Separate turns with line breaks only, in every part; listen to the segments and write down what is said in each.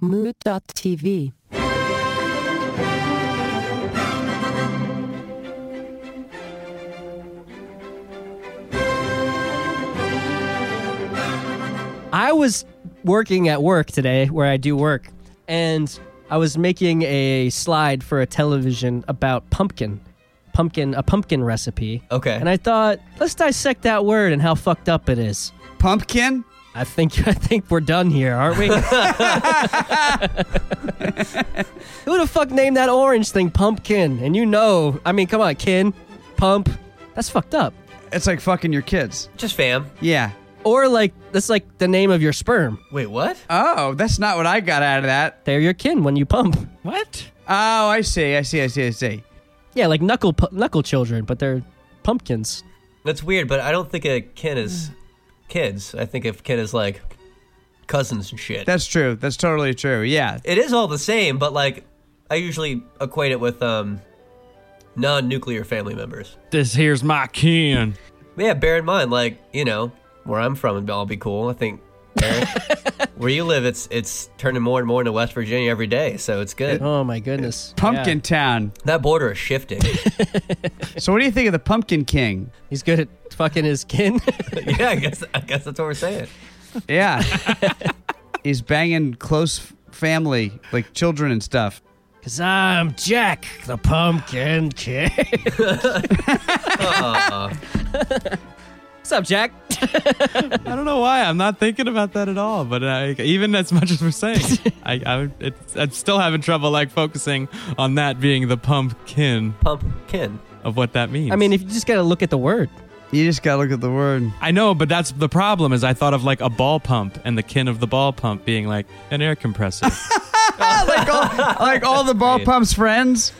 Mood.tv.
I was working at work today where I do work, and I was making a slide for a television about pumpkin. Pumpkin, a pumpkin recipe.
Okay.
And I thought, let's dissect that word and how fucked up it is.
Pumpkin?
I think I think we're done here, aren't we? Who the fuck named that orange thing pumpkin? And you know, I mean, come on, kin, pump. That's fucked up.
It's like fucking your kids.
Just fam.
Yeah.
Or like that's like the name of your sperm.
Wait, what?
Oh, that's not what I got out of that.
They're your kin when you pump.
What? Oh, I see. I see. I see. I see.
Yeah, like knuckle pu- knuckle children, but they're pumpkins.
That's weird, but I don't think a kin is kids. I think of kin is like cousins and shit.
That's true. That's totally true. Yeah.
it is all the same, but like I usually equate it with um non-nuclear family members.
This here's my kin.
But yeah, bear in mind, like you know where I'm from, it'd all be cool. I think Eric, where you live, it's it's turning more and more into West Virginia every day, so it's good.
Oh my goodness.
Pumpkin
Yeah.
Town.
that border is shifting.
So, what do you think of the Pumpkin King?
He's good at fucking his kin.
yeah, I guess I guess that's what we're saying.
Yeah. He's banging close f- family, like children and stuff.
Cause I'm Jack the Pumpkin King. What's up, Jack?
I don't know why I'm not thinking about that at all. But I, even as much as we're saying, I, I it's, I'm still having trouble like focusing on that being the pumpkin
Pumpkin.
of what that means.
I mean, if you just gotta look at the word.
You just gotta look at the word.
I know, but that's the problem. Is I thought of like a ball pump and the kin of the ball pump being like an air compressor.
Oh, like, all, like all the ball
Dude.
pumps friends.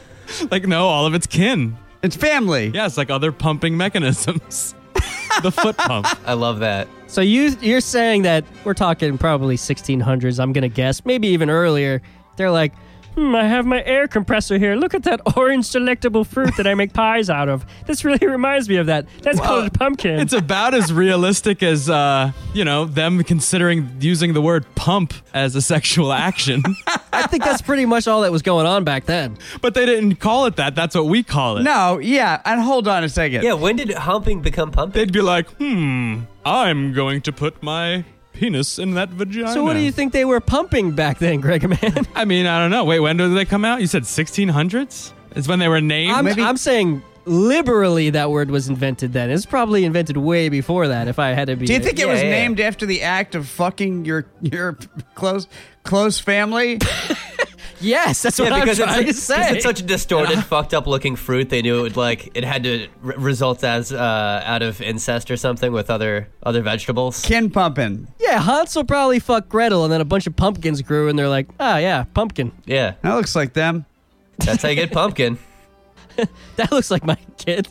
like no, all of it's kin.
It's family.
Yes, like other pumping mechanisms. the foot pump.
I love that.
So you you're saying that we're talking probably 1600s. I'm gonna guess, maybe even earlier. They're like, hmm, I have my air compressor here. Look at that orange delectable fruit that I make pies out of. This really reminds me of that. That's called a pumpkin.
It's about as realistic as uh, you know them considering using the word pump as a sexual action,
I think that's pretty much all that was going on back then.
but they didn't call it that. That's what we call it.
No, yeah. And hold on a second.
Yeah, when did humping become pumping?
They'd be like, "Hmm, I'm going to put my penis in that vagina."
So what do you think they were pumping back then, Greg? Man,
I mean, I don't know. Wait, when did they come out? You said 1600s? Is when they were named.
I'm
Maybe-
I'm saying liberally that word was invented then. It's probably invented way before that. If I had to be,
Do you think it
Yeah,
was
yeah.
named after the act of fucking your your close close family?
yes, that's what
Yeah,
I'm
because it's,
trying to
such-
say.
it's such a distorted, fucked up looking fruit. They knew it would like it had to re- result as uh, out of incest or something with other other vegetables.
Kin pumping.
Yeah, Hansel probably fucked Gretel, and then a bunch of pumpkins grew, and they're like, ah, yeah, pumpkin.
Yeah,
That looks like them.
that's how you get pumpkin.
That looks like my kid.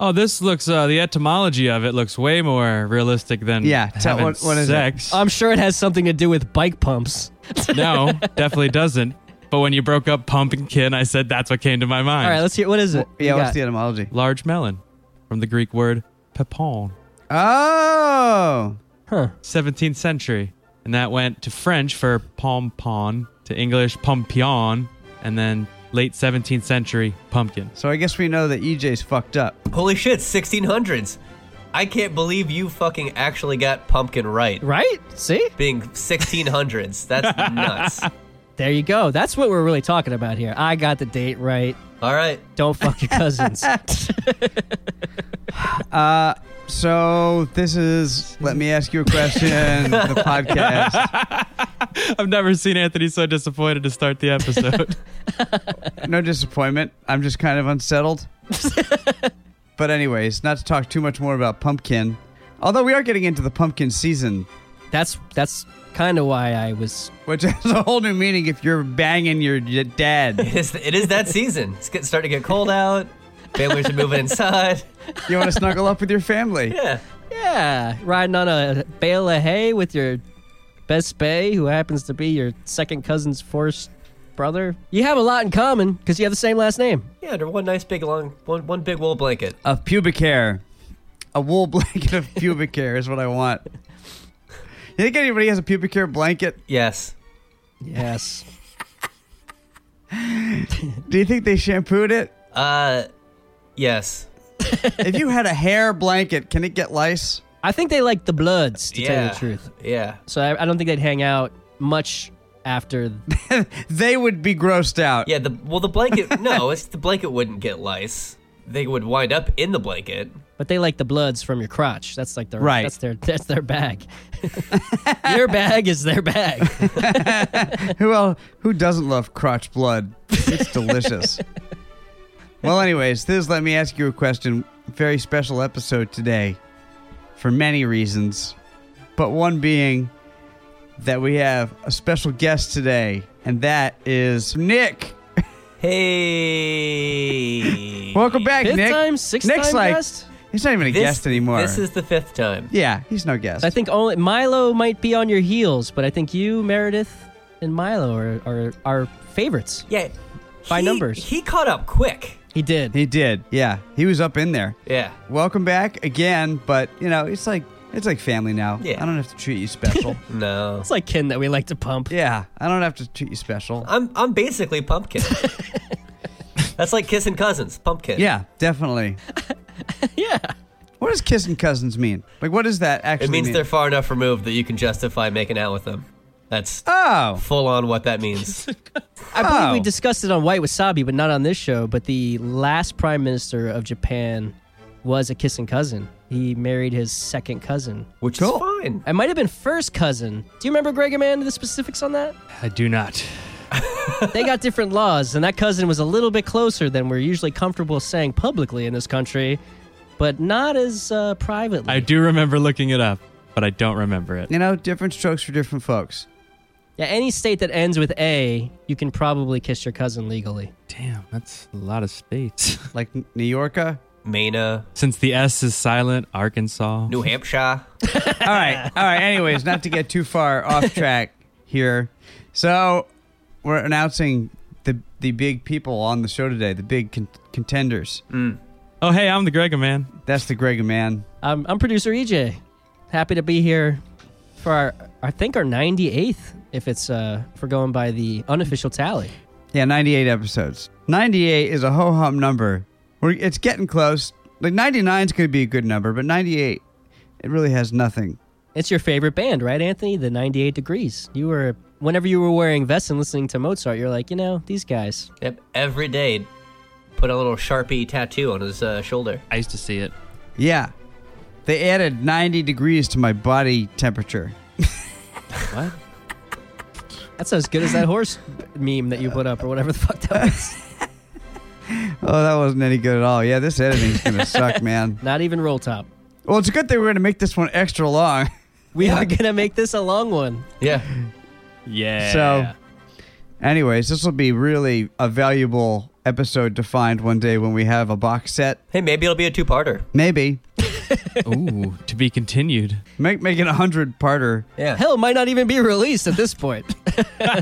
oh, this looks. Uh, the etymology of it looks way more realistic than
Yeah, tell-
having
what- what is it?
sex.
I'm sure it has something to do with bike pumps.
no, definitely doesn't. But when you broke up pump and kin, I said that's what came to my mind.
All right, let's hear. What is it?
Yeah,
You
what's
got-
the etymology?
large melon from the Greek word pepon,
Oh.
17th century. And that went to French for pompon, to English pompion, and then late 17th century pumpkin.
So I guess we know that EJ's fucked up.
Holy shit, 1600s. I can't believe you fucking actually got pumpkin right.
right? See,
Being 1600s, that's nuts.
there you go. That's what we're really talking about here. I got the date right.
All right,
Don't fuck your cousins.
So this is let me ask you a question, the podcast.
I've never seen Anthony so disappointed to start the episode.
No disappointment. I'm just kind of unsettled. but anyways, not to talk too much more about pumpkin. Although we are getting into the pumpkin season,
that's that's kind of why I was.
which has a whole new meaning if you're banging your y- dad.
it is, it is that season. It's getting starting to get cold out. Families are moving inside.
You want to snuggle up with your family.
Yeah.
Yeah, riding on a bale of hay with your best bay, who happens to be your second cousin's first brother. You have a lot in common because you have the same last name.
Yeah, under one nice big long, one, one big wool blanket.
of pubic hair. A wool blanket of pubic hair is what I want. You think anybody has a pubic hair blanket?
Yes.
Yes.
Do you think they shampooed it?
Uh, yes.
if you had a hair blanket, can it get lice?
I think they like the Bloods, to tell
yeah.
you the truth.
Yeah.
So I, I don't think they'd hang out much after.
They would be grossed out.
Yeah. The well, the blanket. no, it's the blanket wouldn't get lice. They would wind up in the blanket.
But they like the Bloods from your crotch. That's like their
Right.
That's their that's their bag. your bag is their bag.
Who el who doesn't love crotch blood? It's delicious. well, anyways, this is let me ask you a question. Very special episode today for many reasons, but one being that we have a special guest today, and that is Nick.
Hey.
Welcome back,
Fifth
Nick.
time, sixth
Nick's
time
like,
guest?
He's not even a
This-
guest anymore.
This is the fifth time.
yeah, he's no guest.
I think only Milo might be on your heels, but I think you, Meredith, and Milo are are, are favorites.
Yeah.
By
he-
numbers.
He caught up quick.
He did.
he did. Yeah, he was up in there.
Yeah.
Welcome back again, but you know, it's like it's like family now.
Yeah.
I don't have to treat you special.
No.
It's like kin that we like to pump.
Yeah, I don't have to treat you special.
I'm I'm basically pumpkin. That's like kissing cousins, pumpkin.
Yeah, definitely.
Yeah.
What does kissing cousins mean? Like, what does that actually
It means
mean?
they're far enough removed that you can justify making out with them. That's
oh,
full on what that means.
I believe
Oh.
we discussed it on White Wasabi, but not on this show. But the last prime minister of Japan was a kissing cousin. He married his second cousin.
Which
Cool.
is fine.
It might have been first cousin. Do you remember Greg Amanda the specifics on that?
I do not.
They got different laws, and that cousin was a little bit closer than we're usually comfortable saying publicly in this country, but not as uh, privately.
I do remember looking it up, but I don't remember it.
you know, different strokes for different folks.
yeah, any state that ends with A, you can probably kiss your cousin legally.
Damn, that's a lot of states.
Like N- New Yorker.
Mena,
Since the S is silent, Arkansas.
New Hampshire.
All right, all right. Anyways, not to get too far off track here. So, we're announcing the the big people on the show today, the big con- contenders.
Mm.
Oh, hey, I'm the Gregor man.
That's the Greg man.
I'm, Um, I'm producer EJ. Happy to be here for our, I think our 98th, if it's uh, for going by the unofficial tally.
Yeah, 98 episodes. 98 is a ho hum number. We're, it's getting close. Like 99's could be a good number, but 98, it really has nothing.
It's your favorite band, right, Anthony? The 98 Degrees. You were, whenever you were wearing vests and listening to Mozart, you're like, you know, these guys.
Yep. Every day, put a little sharpie tattoo on his uh, shoulder.
I used to see it.
Yeah. They added 90 degrees to my body temperature.
What?
That's as good as that horse meme that you put up or whatever the fuck that was.
Oh, that wasn't any good at all. Yeah, this editing's going to suck, man.
Not even roll top.
Well, it's a good thing we're going to make this one extra long.
We are going to make this a long one.
Yeah.
Yeah.
So, anyways, this will be really a valuable episode to find one day when we have a box set.
Hey, maybe it'll be a two parter.
Maybe.
ooh, to be continued.
Make, make it a 100 parter.
Yeah.
Hell, might not even be released at this point.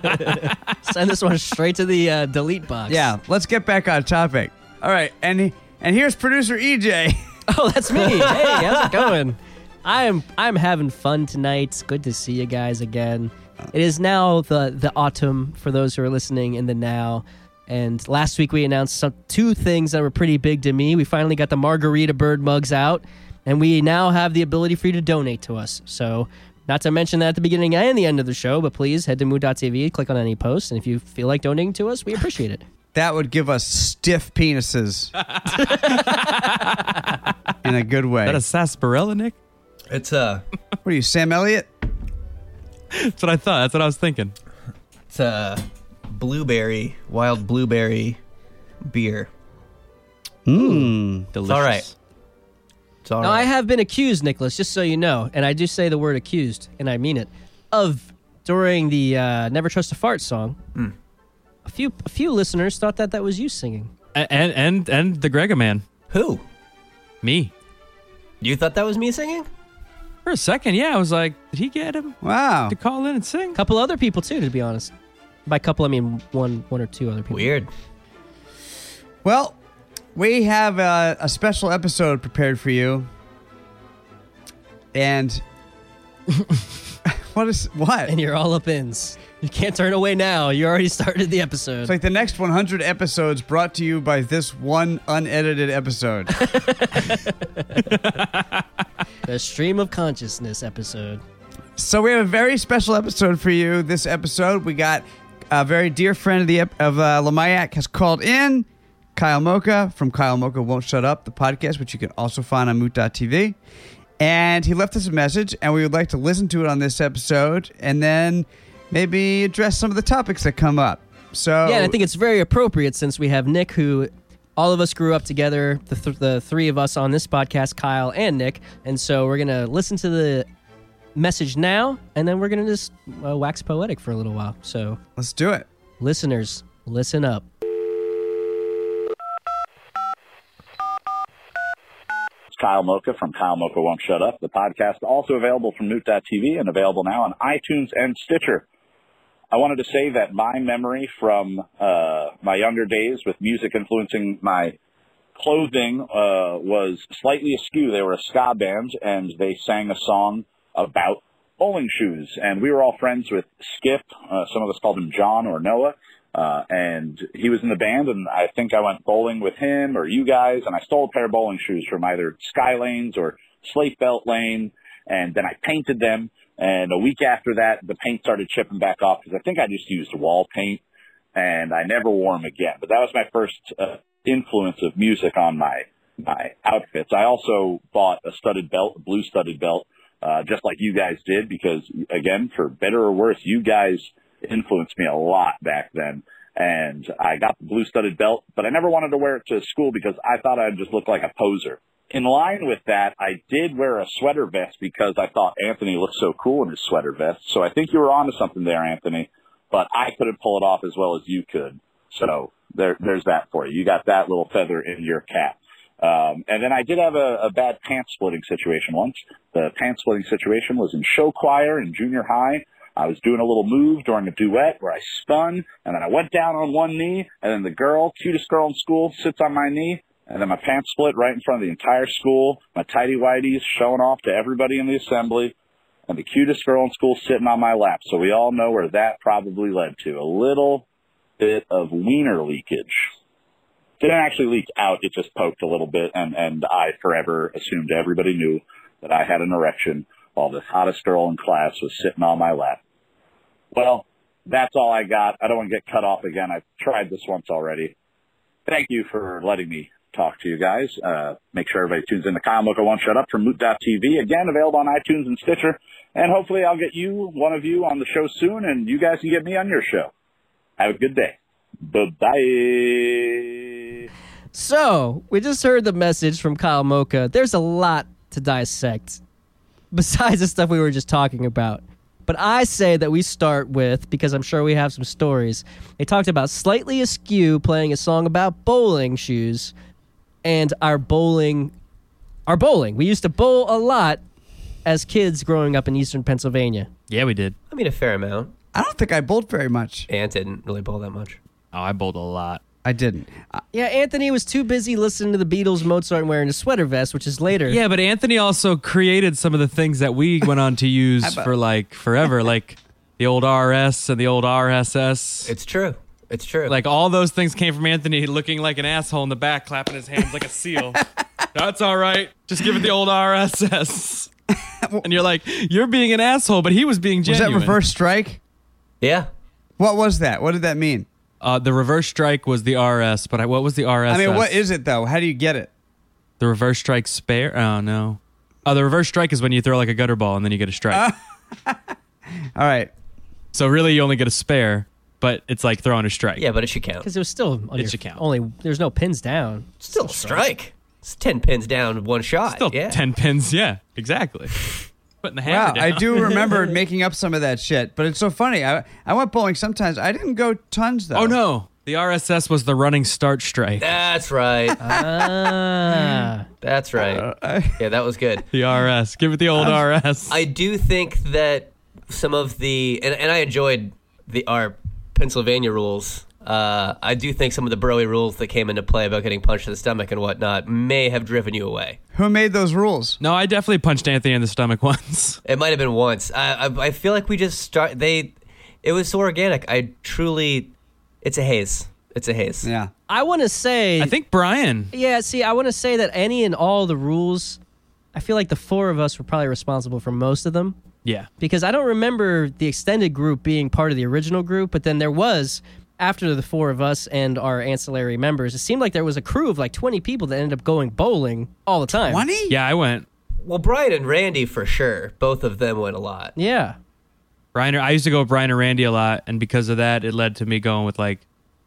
Send this one straight to the uh, delete box.
Yeah, let's get back on topic. All right, and and here's producer E EJ.
Oh, that's me. Hey, how's it going? I am I'm having fun tonight. It's good to see you guys again. It is now the the autumn for those who are listening in the now. And last week we announced some, two things that were pretty big to me. We finally got the margarita bird mugs out, and we now have the ability for you to donate to us. So, not to mention that at the beginning and the end of the show, but please head to moo.tv, click on any post, and if you feel like donating to us, we appreciate it.
That would give us stiff penises in a good way.
That a sarsaparilla, Nick?
It's uh,
what are you, Sam Elliott?
That's what I thought. That's what I was thinking.
it's uh, blueberry, wild blueberry beer.
Mmm.
Delicious.
all right. It's all
Now, I
right.
have been accused, Nicholas, just so you know, and I do say the word accused, and I mean it, of during the uh, Never Trust a Fart song.
Hmm.
A few a few listeners thought that that was you singing.
A- And and and the Gregor man,
Who?
me.
You thought that was me singing?
For a second, yeah, I was like, did he get him
Wow.
to call in and sing?
A couple other people, too, to be honest. By couple, I mean one one or two other people.
Weird.
Well, we have a, a special episode prepared for you, and What is what?
and you're all up ins. You can't turn away now. You already started the episode.
It's like the next 100 episodes brought to you by this one unedited episode.
the stream of consciousness episode.
so we have a very special episode for you. This episode we got a very dear friend of the ep- of uh, Lamayak has called in. Kyle Mocha from Kyle Mocha Won't Shut Up, the podcast, which you can also find on moot.tv. And he left us a message, and we would like to listen to it on this episode and then maybe address some of the topics that come up. So,
Yeah, and I think it's very appropriate since we have Nick, who all of us grew up together, the, th- the three of us on this podcast, Kyle and Nick. And so we're going to listen to the message now, and then we're going to just uh, wax poetic for a little while. So,
let's do it.
listeners, listen up.
It's Kyle Mocha from Kyle Mocha Won't Shut Up, the podcast also available from Moot.tv and available now on iTunes and Stitcher. I wanted to say that my memory from uh, my younger days with music influencing my clothing uh, was slightly askew. They were a ska band and they sang a song about bowling shoes. And we were all friends with Skip. Uh, some of us called him John or Noah. Uh, and he was in the band and I think I went bowling with him or you guys and I stole a pair of bowling shoes from either Sky Lanes or Slate Belt Lane. And then I painted them. And a week after that, the paint started chipping back off because I think I just used wall paint and I never wore them again. But that was my first uh, influence of music on my my outfits. I also bought a studded belt, a blue studded belt, uh, just like you guys did, because again, for better or worse, you guys influenced me a lot back then. And I got the blue studded belt, but I never wanted to wear it to school because I thought I'd just look like a poser. In line with that, I did wear a sweater vest because I thought Anthony looked so cool in his sweater vest. So I think you were onto something there, Anthony but I couldn't pull it off as well as you could. So there, there's that for you. You got that little feather in your cap. Um, and then I did have a, a bad pants splitting situation once. The pants splitting situation was in show choir in junior high. I was doing a little move during a duet where I spun and then I went down on one knee and then the girl, cutest girl in school, sits on my knee and then my pants split right in front of the entire school. My tidy whities showing off to everybody in the assembly and the cutest girl in school sitting on my lap. So we all know where that probably led to. A little bit of wiener leakage. Didn't actually leak out, it just poked a little bit and, and I forever assumed everybody knew that I had an erection while the hottest girl in class was sitting on my lap. Well, that's all I got. I don't want to get cut off again. I've tried this once already. Thank you for letting me talk to you guys. Uh, make sure everybody tunes in to Kyle Mocha Won't Shut Up from Moot.tv. Again, available on iTunes and Stitcher. And hopefully I'll get you, one of you, on the show soon, and you guys can get me on your show. Have a good day. Bye-bye.
So, we just heard the message from Kyle Mocha. There's a lot to dissect besides the stuff we were just talking about. But I say that we start with, because I'm sure we have some stories, they talked about Slightly Askew playing a song about bowling shoes and our bowling. Our bowling. We used to bowl a lot as kids growing up in eastern Pennsylvania.
Yeah, we did.
I mean, a fair amount.
I don't think I bowled very much.
Ant didn't really bowl that much.
Oh, I bowled a lot.
I didn't. I,
Yeah, Anthony was too busy listening to the Beatles, Mozart, and wearing a sweater vest, which is later.
Yeah, but Anthony also created some of the things that we went on to use for like forever, like the old RS and the old RSS.
It's true. It's true.
like all those things came from Anthony looking like an asshole in the back, clapping his hands like a seal. That's all right. Just give it the old RSS. and you're like, you're being an asshole, but he was being
was that
genuine.
reverse strike?
yeah.
What was that? What did that mean?
Uh, the reverse strike was the RS, but I, what was the RS?
I mean, what is it though? How do you get it?
the reverse strike spare? Oh no. Oh, the reverse strike is when you throw like a gutter ball and then you get a strike.
Ah. All right.
so really, you only get a spare, but it's like throwing a strike.
Yeah, but it should count.
Because it was still on your
should count.
Only there's no pins down.
Still a strike. It's 10 pins down, one shot.
Still
yeah.
ten pins. Yeah, exactly. Putting the hammer
Wow,
down.
I do remember making up some of that shit, but it's so funny. I I went bowling sometimes. I didn't go tons though.
Oh no, the RSS was the running start strike.
That's right.
Ah,
That's right. yeah, that was good.
The RS. Give it the old RS.
I do think that some of the and, and I enjoyed the our Pennsylvania rules uh, I do think some of the Broy rules that came into play about getting punched in the stomach and whatnot may have driven you away.
Who made those rules?
No, I definitely punched Anthony in the stomach once.
It might have been once. I, I I feel like we just start. They, it was so organic. I truly, it's a haze. It's a haze.
Yeah.
I want to say.
I think Brian.
Yeah, see, I want to say that any and all the rules, I feel like the four of us were probably responsible for most of them
Yeah.
because I don't remember the extended group being part of the original group, but then there was after the four of us and our ancillary members. It seemed like there was a crew of like 20 people that ended up going bowling all the time.
Money?
Yeah, I went.
Well, Brian and Randy for sure. Both of them went a lot.
Yeah.
Brian. I used to go with Brian and Randy a lot, and because of that, it led to me going with like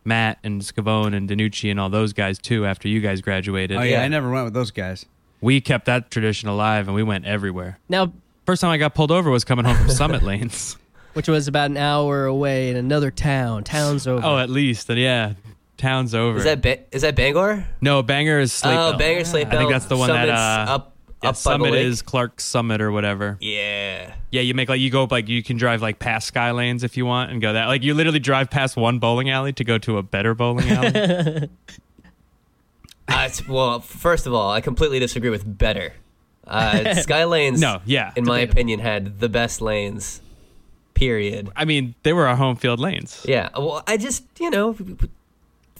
Matt and Scavone and Danucci and all those guys too. After you guys graduated,
Oh yeah,
Yeah.
I never went with those guys.
we kept that tradition alive, and we went everywhere.
Now,
First time I got pulled over was coming home from Summit Lanes.
which was about an hour away in another town. Town's over.
Oh, at least, and yeah, town's over.
Is that ba- is that Bangor?
no banger is sleep?
oh, Bangor Sleep
I think
Bell.
that's the one
Summit's
that uh,
up
yeah,
up by the
Summit
lake.
is Clark Summit or whatever.
Yeah.
Yeah, you make like you go up like you can drive like past sky lanes if you want and go that like you literally drive past one bowling alley to go to a better bowling alley.
Uh, it's- well, first of all, I completely disagree with better. Uh, Sky Lanes,
No, yeah.
in my opinion, had the best lanes. Period.
I mean, they were our home field lanes.
Yeah. Well, I just you know,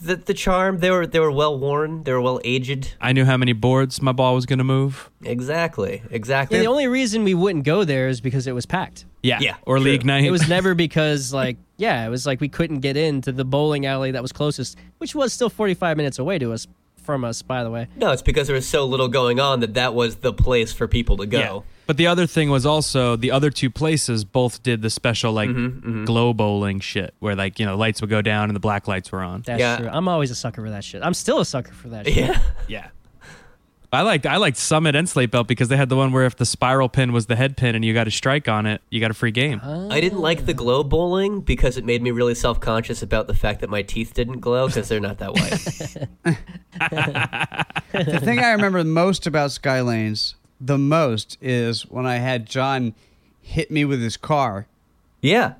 the the charm. They were they were well worn. They were well aged.
I knew how many boards my ball was gonna move.
Exactly.
Yeah,
Exactly.
the only reason we wouldn't go there is because it was packed.
Yeah,
Yeah,
Or
true.
league night.
It was never because like yeah, it was like we couldn't get into the bowling alley that was closest, which was still 45 minutes away to us from us by the way.
no, it's because there was so little going on that that was the place for people to go.
Yeah. But the other thing was also the other two places both did the special like glow bowling shit where like you know lights would go down and the black lights were on.
That's
Yeah.
true. I'm always a sucker for that shit. I'm still a sucker for that shit.
Yeah.
Yeah. I liked I liked Summit and Slate Belt because they had the one where if the spiral pin was the head pin and you got a strike on it, you got a free game.
I didn't like
Oh.
the glow bowling because it made me really self conscious about the fact that my teeth didn't glow because they're not that white.
the thing I remember most about Skylanes, the most, is when I had John hit me with his car
yeah.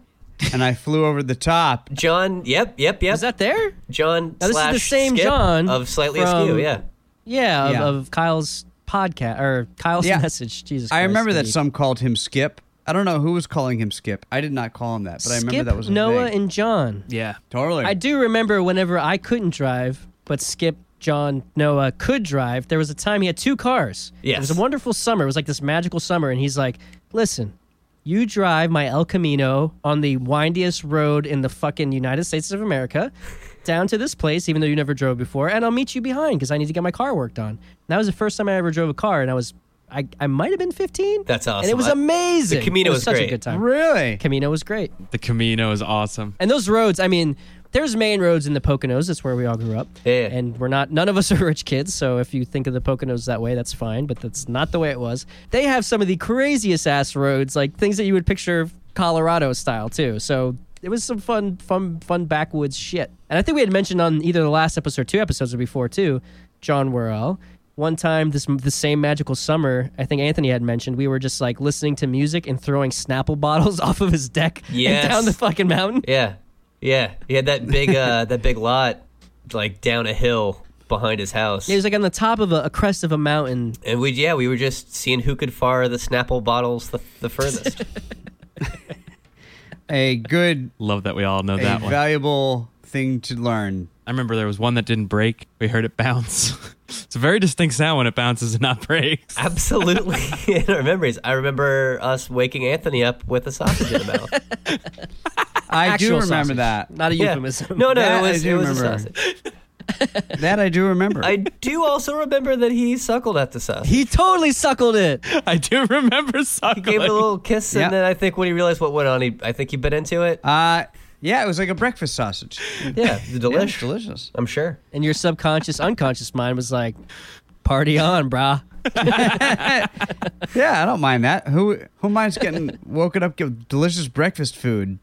and I flew over the top.
John, yep, yep, yep.
Is that there?
John
Now, this is
slash
the same
Skip
John
of slightly
from-
askew, yeah.
Yeah, of,
Yeah.
of Kyle's podcast or Kyle's
Yeah.
message. Jesus.
I
Christ,
remember that
Steve.
some called him Skip. I don't know who was calling him Skip. I did not call him that, but I remember
Skip,
that was a
Noah
thing.
and John.
yeah.
totally.
I do remember whenever I couldn't drive, but Skip, John, Noah could drive. There was a time he had two cars. It was
Yes.
a wonderful summer. It was like this magical summer, and he's like, "Listen, you drive my El Camino on the windiest road in the fucking United States of America." Down to this place, even though you never drove before, and I'll meet you behind because I need to get my car worked on. And that was the first time I ever drove a car, and I was, I, I might have been 15.
That's
And it
awesome.
was
I-
amazing.
the Camino
it was,
was
such a
great.
good time.
really?
Camino was great.
The Camino is awesome.
And those roads, I mean, there's main roads in the Poconos. That's where we all grew up.
Yeah.
And we're not, none of us are rich kids. So if you think of the Poconos that way, that's fine. But that's not the way it was. They have some of the craziest ass roads, like things that you would picture Colorado style, too. So it was some fun, fun, fun backwoods shit. And I think we had mentioned on either the last episode or two episodes or before, too, John Worrell. One time, this the same magical summer, I think Anthony had mentioned, we were just like listening to music and throwing Snapple bottles off of his deck
Yes.
and down the fucking mountain.
Yeah. Yeah. He had that big uh that big lot like down a hill behind his house.
It was like on the top of a, a crest of a mountain.
and we yeah, we were just seeing who could fire the Snapple bottles the, the furthest.
A good,
Love that we all know
a
that one.
valuable thing to learn.
I remember there was one that didn't break. We heard it bounce. it's a very distinct sound when it bounces and not breaks.
Absolutely in our memories. I remember us waking Anthony up with a sausage in the mouth.
I do
Actual
remember
sausage,
that.
Not a
Yeah.
euphemism.
No, no,
That
it
I
was,
do
it was a
remember.
sausage.
That I do remember.
I do also remember that he suckled at the sausage.
He totally suckled it.
I do remember suckling.
He gave it a little kiss,
Yeah.
and then I think when he realized what went on, he I think he bit into it.
uh, yeah, it was like a breakfast sausage.
Yeah, the
Yeah, it's
delish.
delicious.
I'm sure.
And your subconscious, unconscious mind was like, party on, brah.
Yeah, I don't mind that. Who who minds getting woken up with delicious breakfast food?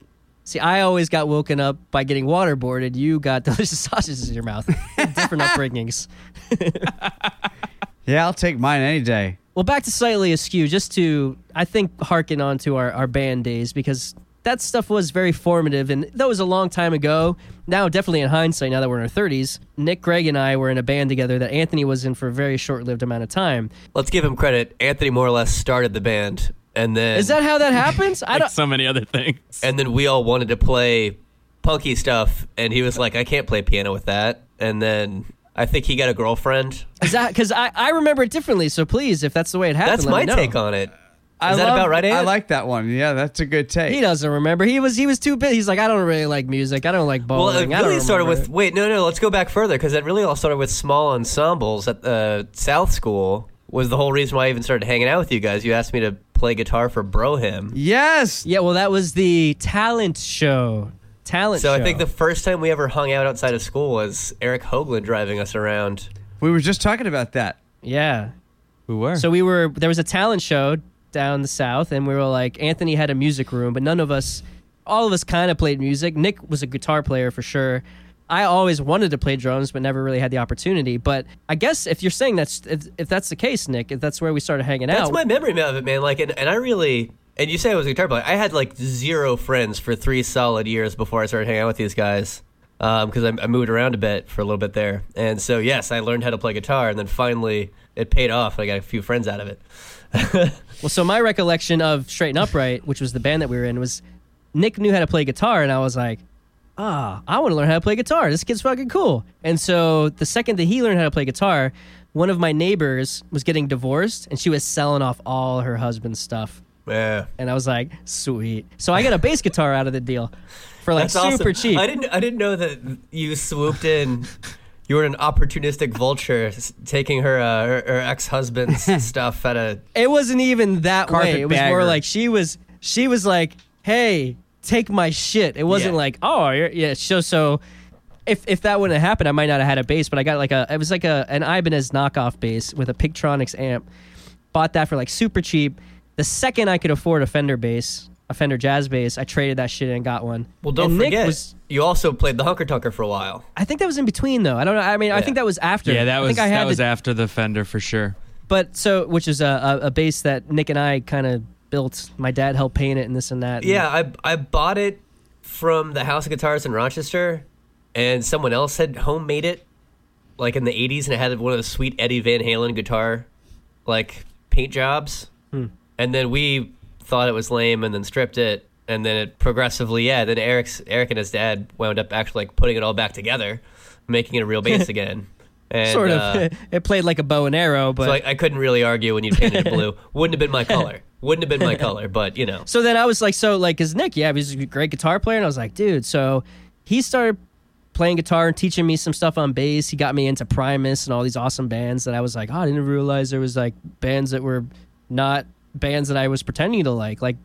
See, I always got woken up by getting waterboarded. You got delicious sausages in your mouth. Different upbringings.
Yeah, I'll take mine any day.
Well, back to slightly askew, just to I think harken on to our, our band days because that stuff was very formative, and that was a long time ago. Now, definitely in hindsight, now that we're in our 30s, Nick, Greg, and I were in a band together that Anthony was in for a very short lived amount of time.
Let's give him credit. Anthony more or less started the band, and then
Is that how that happens? I
like
don't.
so many other things.
and then we all wanted to play punky stuff, and he was like, "I can't play piano with that." And then I think he got a girlfriend.
Is that because I, I remember it differently? So please, if that's the way it happened,
That's
let
my
me know.
take on it. Is
I
that
love-
about right, Ant?
I like that one. Yeah, that's a good take.
He doesn't remember. He was he was too busy. He's like, I don't really like music. I don't like
Well,
bowling.
it
I don't
really started
remember
with
it."
wait, no, no. Let's go back further because it really all started with small ensembles at uh, South School. Was the whole reason why I even started hanging out with you guys. You asked me to play guitar for Brohim.
Yes.
Yeah, well, that was the talent show. Talent
So
show.
I think the first time we ever hung out outside of school was Eric Hoagland driving us around.
We were just talking about that.
yeah.
we were.
So we were there was a talent show down the south, and we were like Anthony had a music room, but none of us, all of us, kind of played music. Nick was a guitar player for sure. I always wanted to play drums, but never really had the opportunity. But I guess if you're saying that's if, if that's the case, Nick, if that's where we started hanging
That's
out,
my memory of it, man. Like, and, and I really and you say I was a guitar player. I had like zero friends for three solid years before I started hanging out with these guys because I, I moved around a bit for a little bit there. And so yes, I learned how to play guitar, and then finally it paid off. I got a few friends out of it.
Well, so my recollection of Straight and Upright, which was the band that we were in, was Nick knew how to play guitar, and I was like, ah, I want to learn how to play guitar. This kid's fucking cool. And so the second that he learned how to play guitar, one of my neighbors was getting divorced, and she was selling off all her husband's stuff.
Yeah.
And I was like, sweet. So I got a bass guitar out of the deal for like super cheap.
I didn't I didn't know that you swooped in. You were an opportunistic vulture s- taking her uh, her, her ex husband's stuff at a.
it wasn't even that way. It was more
Carpetbagger.
like she was she was like, "Hey, take my shit." It wasn't
Yeah.
like, "Oh, you're, yeah." So so, if if that wouldn't have happened, I might not have had a bass. But I got like a it was like a an Ibanez knockoff bass with a Pigtronics amp. Bought that for like super cheap. The second I could afford a Fender bass, a Fender Jazz bass, I traded that shit and got one.
Well, don't
and
forget,
Nick was,
you also played the hunker tunker for a while.
I think that was in between though. I don't know. I mean, I
Yeah.
think that was after.
yeah, that
I
was
think I had
that
to-
was after the Fender for sure.
But so, which is a, a, a base that Nick and I kind of built. My dad helped paint it and this and that. and-
Yeah, I I bought it from the House of Guitars in Rochester, and someone else had homemade it, like in the '80s, and it had one of those sweet Eddie Van Halen guitar, like paint jobs.
Hmm.
And then we thought it was lame, and then stripped it, and then it progressively, yeah. Then Eric's Eric and his dad wound up actually like putting it all back together, making it a real bass again. And,
sort of.
uh,
it played like a bow and arrow, but.
so
So,
I, I couldn't really argue when you painted it blue. Wouldn't have been my color. Wouldn't have been my color, but you know.
then I was like, so like, is Nick? Yeah, he's a great guitar player, and I was like, dude. So he started playing guitar and teaching me some stuff on bass. He got me into Primus and all these awesome bands that I was like, oh, I didn't realize there was like bands that were not bands that I was pretending to like, like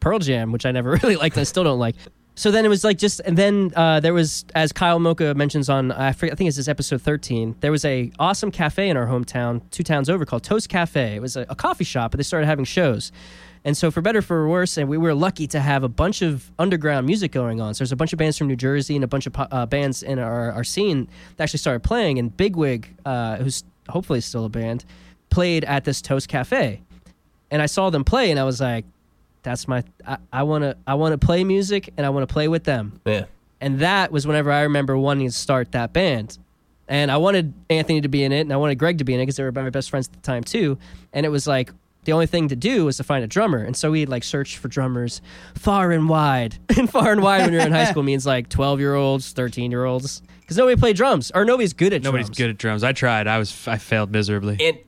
Pearl Jam, which I never really liked. and I still don't like. So then it was like just, and then uh, there was, as Kyle Mocha mentions on, I, forget, I think it's this episode thirteen. There was a awesome cafe in our hometown, two towns over, called Toast Cafe. It was a, a coffee shop, but they started having shows. And so, for better for worse, and we were lucky to have a bunch of underground music going on. So there's a bunch of bands from New Jersey and a bunch of po- uh, bands in our, our scene that actually started playing. And Bigwig, uh, who's hopefully still a band, played at this Toast Cafe and I saw them play, and I was like, "That's my I- I want to I want to play music, and I want to play with them."
Yeah.
And that was whenever I remember wanting to start that band, and I wanted Anthony to be in it, and I wanted Greg to be in it because they were my best friends at the time too. And it was like the only thing to do was to find a drummer, and so we like searched for drummers far and wide, and far and wide when you're in high school means like twelve year olds, thirteen year olds, because nobody played drums or nobody's good at
Nobody's
drums.
good at drums. I tried. I was I failed miserably.
And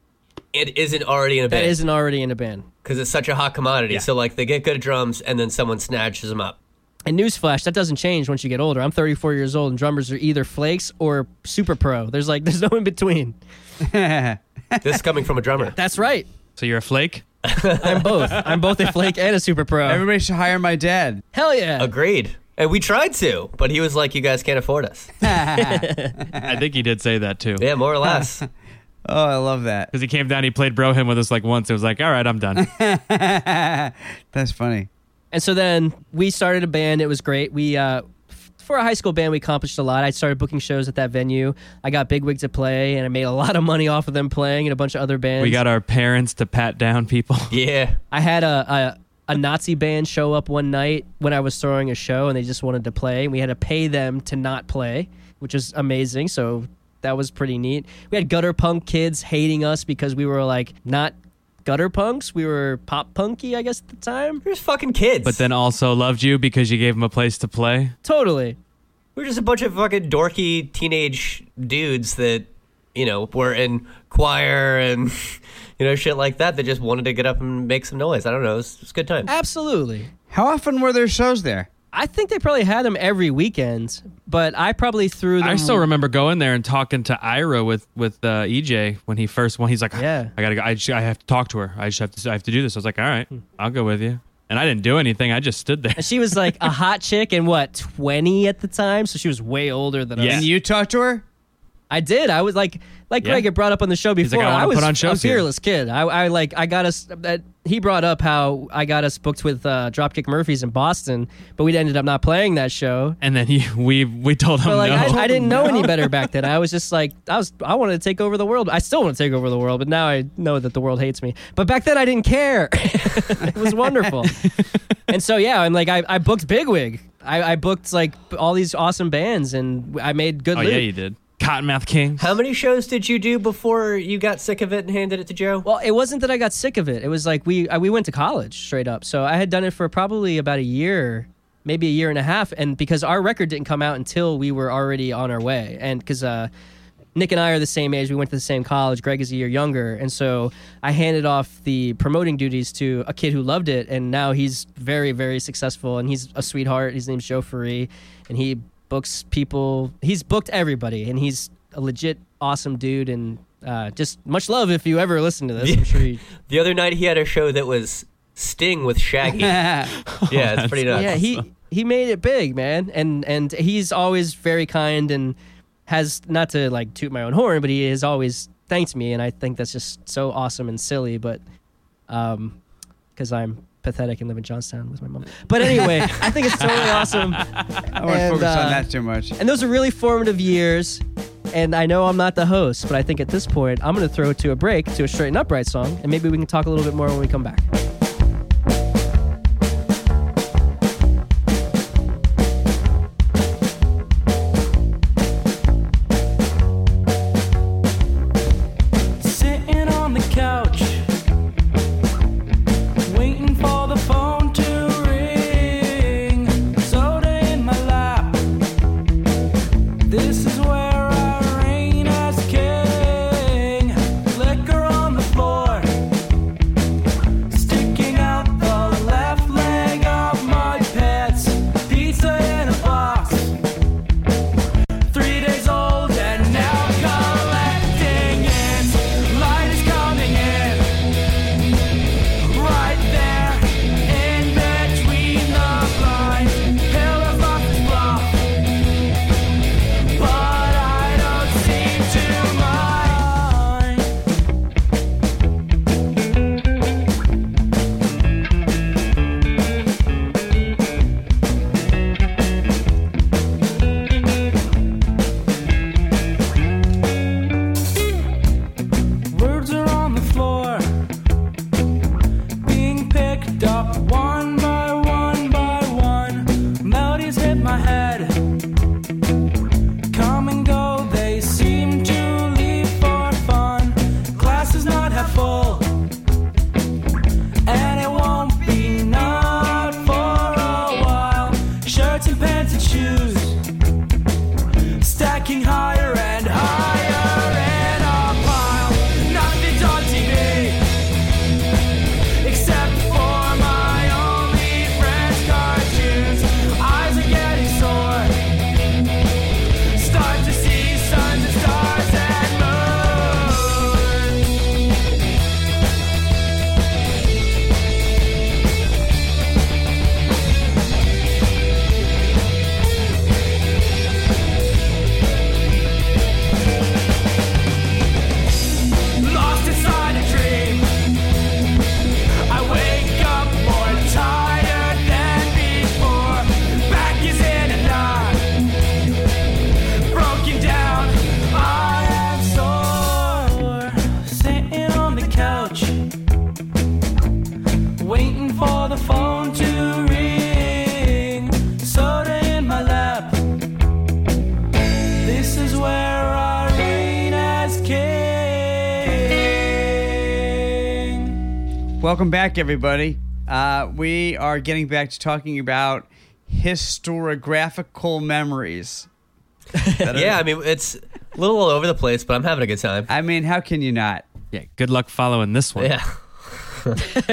it isn't already in a
That
band.
isn't already in a band.
because it's such a hot commodity. So like they get good at drums, and then someone snatches them up.
And newsflash, that doesn't change once you get older. I'm 34 years old, and drummers are either flakes or super pro. There's like, there's no in between.
This is coming from a drummer.
That's right.
So you're a flake.
I'm both. I'm both a flake and a super pro.
Everybody should hire my dad.
Hell yeah.
Agreed. And we tried to, but he was like, "You guys can't afford us."
I think he did say that too.
Yeah, more or less.
Oh, I love that.
Because he came down, he played Brohim with us like once. It was like, all right, I'm done.
That's funny.
And so then we started a band. It was great. We, uh, f- for a high school band, we accomplished a lot. I started booking shows at that venue. I got Big Wig to play, and I made a lot of money off of them playing and a bunch of other bands.
we got our parents to pat down people.
yeah,
I had a, a Nazi band show up one night when I was throwing a show and they just wanted to play and we had to pay them to not play, which is amazing. So that was pretty neat. We had gutter punk kids hating us because we were like not gutter punks. We were pop punky, I guess at the time.
We're just fucking kids.
But then also loved you because you gave him a place to play.
Totally.
we're just a bunch of fucking dorky teenage dudes that, you know, were in choir and, you know, shit like that that just wanted to get up and make some noise. I don't know. It was, it was a good time.
Eh. Absolutely.
How often were there shows there?
I think they probably had them every weekend, but I probably threw them.
I still remember going there and talking to Ira with with uh, EJ when he first went. He's like,
Yeah.
I gotta, go. I, just, I have to talk to her. I just have to, I have to do this. I was like, all right,
Hmm.
I'll go with you. And I didn't do anything. I just stood there.
And she was like a hot chick and what, 20 at the time? So she was way older than
Yeah.
us.
And you talked to her?
I did. I was like, like
Yeah.
Greg had brought up on the show before.
like, "I wanna
was
put on
a
shows here."
fearless kid. I, I like, I got us. That, he brought up how I got us booked with uh, Dropkick Murphys in Boston, but we ended up not playing that show.
And then he, we we told him
But like,
no.
I, I didn't know any better back then. I was just like, I was, I wanted to take over the world. I still want to take over the world, but now I know that the world hates me. But back then, I didn't care. it was wonderful. and so yeah, I'm like, I, I booked Bigwig. I, I booked like all these awesome bands, and I made good.
oh
loot.
yeah, you did. Cottonmouth King.
How many shows did you do before you got sick of it and handed it to Joe?
Well, it wasn't that I got sick of it. It was like we I, we went to college straight up. So I had done it for probably about a year, maybe a year and a half, and because our record didn't come out until we were already on our way, and because uh, Nick and I are the same age, we went to the same college. Greg is a year younger, and so I handed off the promoting duties to a kid who loved it, and now he's very very successful, and he's a sweetheart. His name's Joe Faree, and he books people. He's booked everybody, and he's a legit awesome dude and uh, just much love if you ever listen to this. I'm sure you,
The other night he had a show that was Sting with Shaggy. yeah,
Oh,
it's pretty nuts.
yeah, he he made it big, man, and and he's always very kind and has not to like toot my own horn, but he has always thanked me, and I think that's just so awesome and silly, but um, because I'm pathetic and live in Johnstown with my mom. But anyway, I think it's totally awesome.
I wouldn't
And,
focus
uh,
on that too much.
And those are really formative years. And I know I'm not the host, but I think at this point I'm going to throw it to a break to a straight and upright song, and maybe we can talk a little bit more when we come back.
Sitting on the couch, waiting for the phone to ring. Soda in my lap. This is where I reign as king. Liquor on the floor, sticking out the left leg of my pants. Pizza in a box three days old and now collecting in. Light is coming in, right there in between the blinds. Pillows off his bluff, but I don't seem to mind. Words are on the floor, being picked up one by one by one. Melodies hit my head. Come and go, they seem to leave for fun. Glass is not half full, and it won't be not for a while. Shirts and pants and shoes stacking higher and higher in a pile. Nothing's on TV except for my only friend's cartoons. Eyes are getting sore. Start to see suns and stars and moon. Lost inside a dream. I wake up more tired than before. Back is in a knot. Broken down, I am sore. Sitting on the couch, waiting for the phone.
Welcome back, everybody. Uh, we are getting back to talking about historiographical memories.
yeah, I mean it's a little all over the place, but I'm having a good time.
I mean, how can you not?
Yeah, good luck following this one.
Yeah,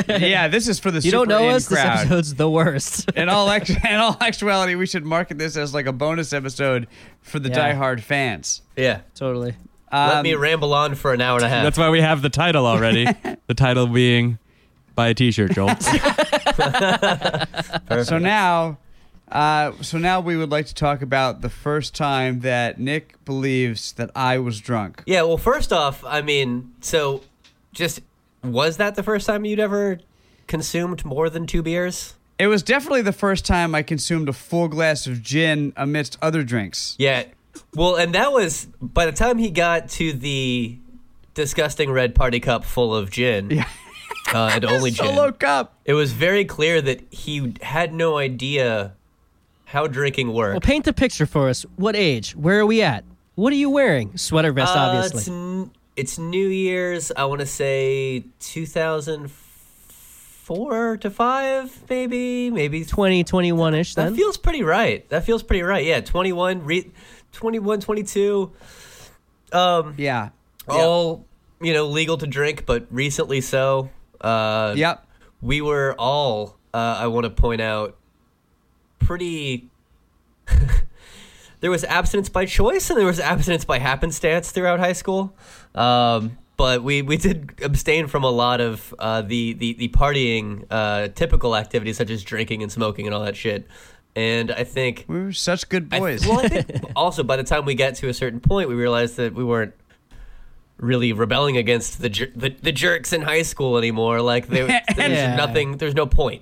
yeah, this is for the
You
super
don't know
in
us.
crowd.
This episode's the worst.
in all act- in all actuality, we should market this as like a bonus episode for the
Yeah.
diehard fans.
yeah.
totally.
Let
Um,
me ramble on for an hour and a half.
That's why we have the title already. the title being Buy a t shirt, Joel.
so now, uh, so now we would like to talk about the first time that Nick believes that I was drunk.
Yeah, well, first off, I mean, so just was that the first time you'd ever consumed more than two beers?
It was definitely the first time I consumed a full glass of gin amidst other drinks.
Yeah. Well, and that was by the time he got to the disgusting red party cup full of gin. Yeah. Uh, and only gin.
Solo cup.
It was very clear that he had no idea how drinking worked.
Well, paint the picture for us. What age? Where are we at? What are you wearing? Sweater vest,
Uh, It's,
obviously.
n- it's New Year's, I want to say 2004 to 5, maybe, maybe
20, 21 ish
That
then.
feels pretty right. That feels pretty right. Yeah, 21, re- 21 22,
Yeah.
all, you know, legal to drink, but recently so. Uh,
Yep.
We were all, uh, I want to point out, pretty. there was abstinence by choice and there was abstinence by happenstance throughout high school. Um, but we, we did abstain from a lot of uh, the, the, the partying uh, typical activities such as drinking and smoking and all that shit. And I think
We were such good
I th-
boys.
well, I think also by the time we got to a certain point, we realized that we weren't really rebelling against the jer- the, the jerks in high school anymore. Like there, there's
Yeah.
nothing, there's no point.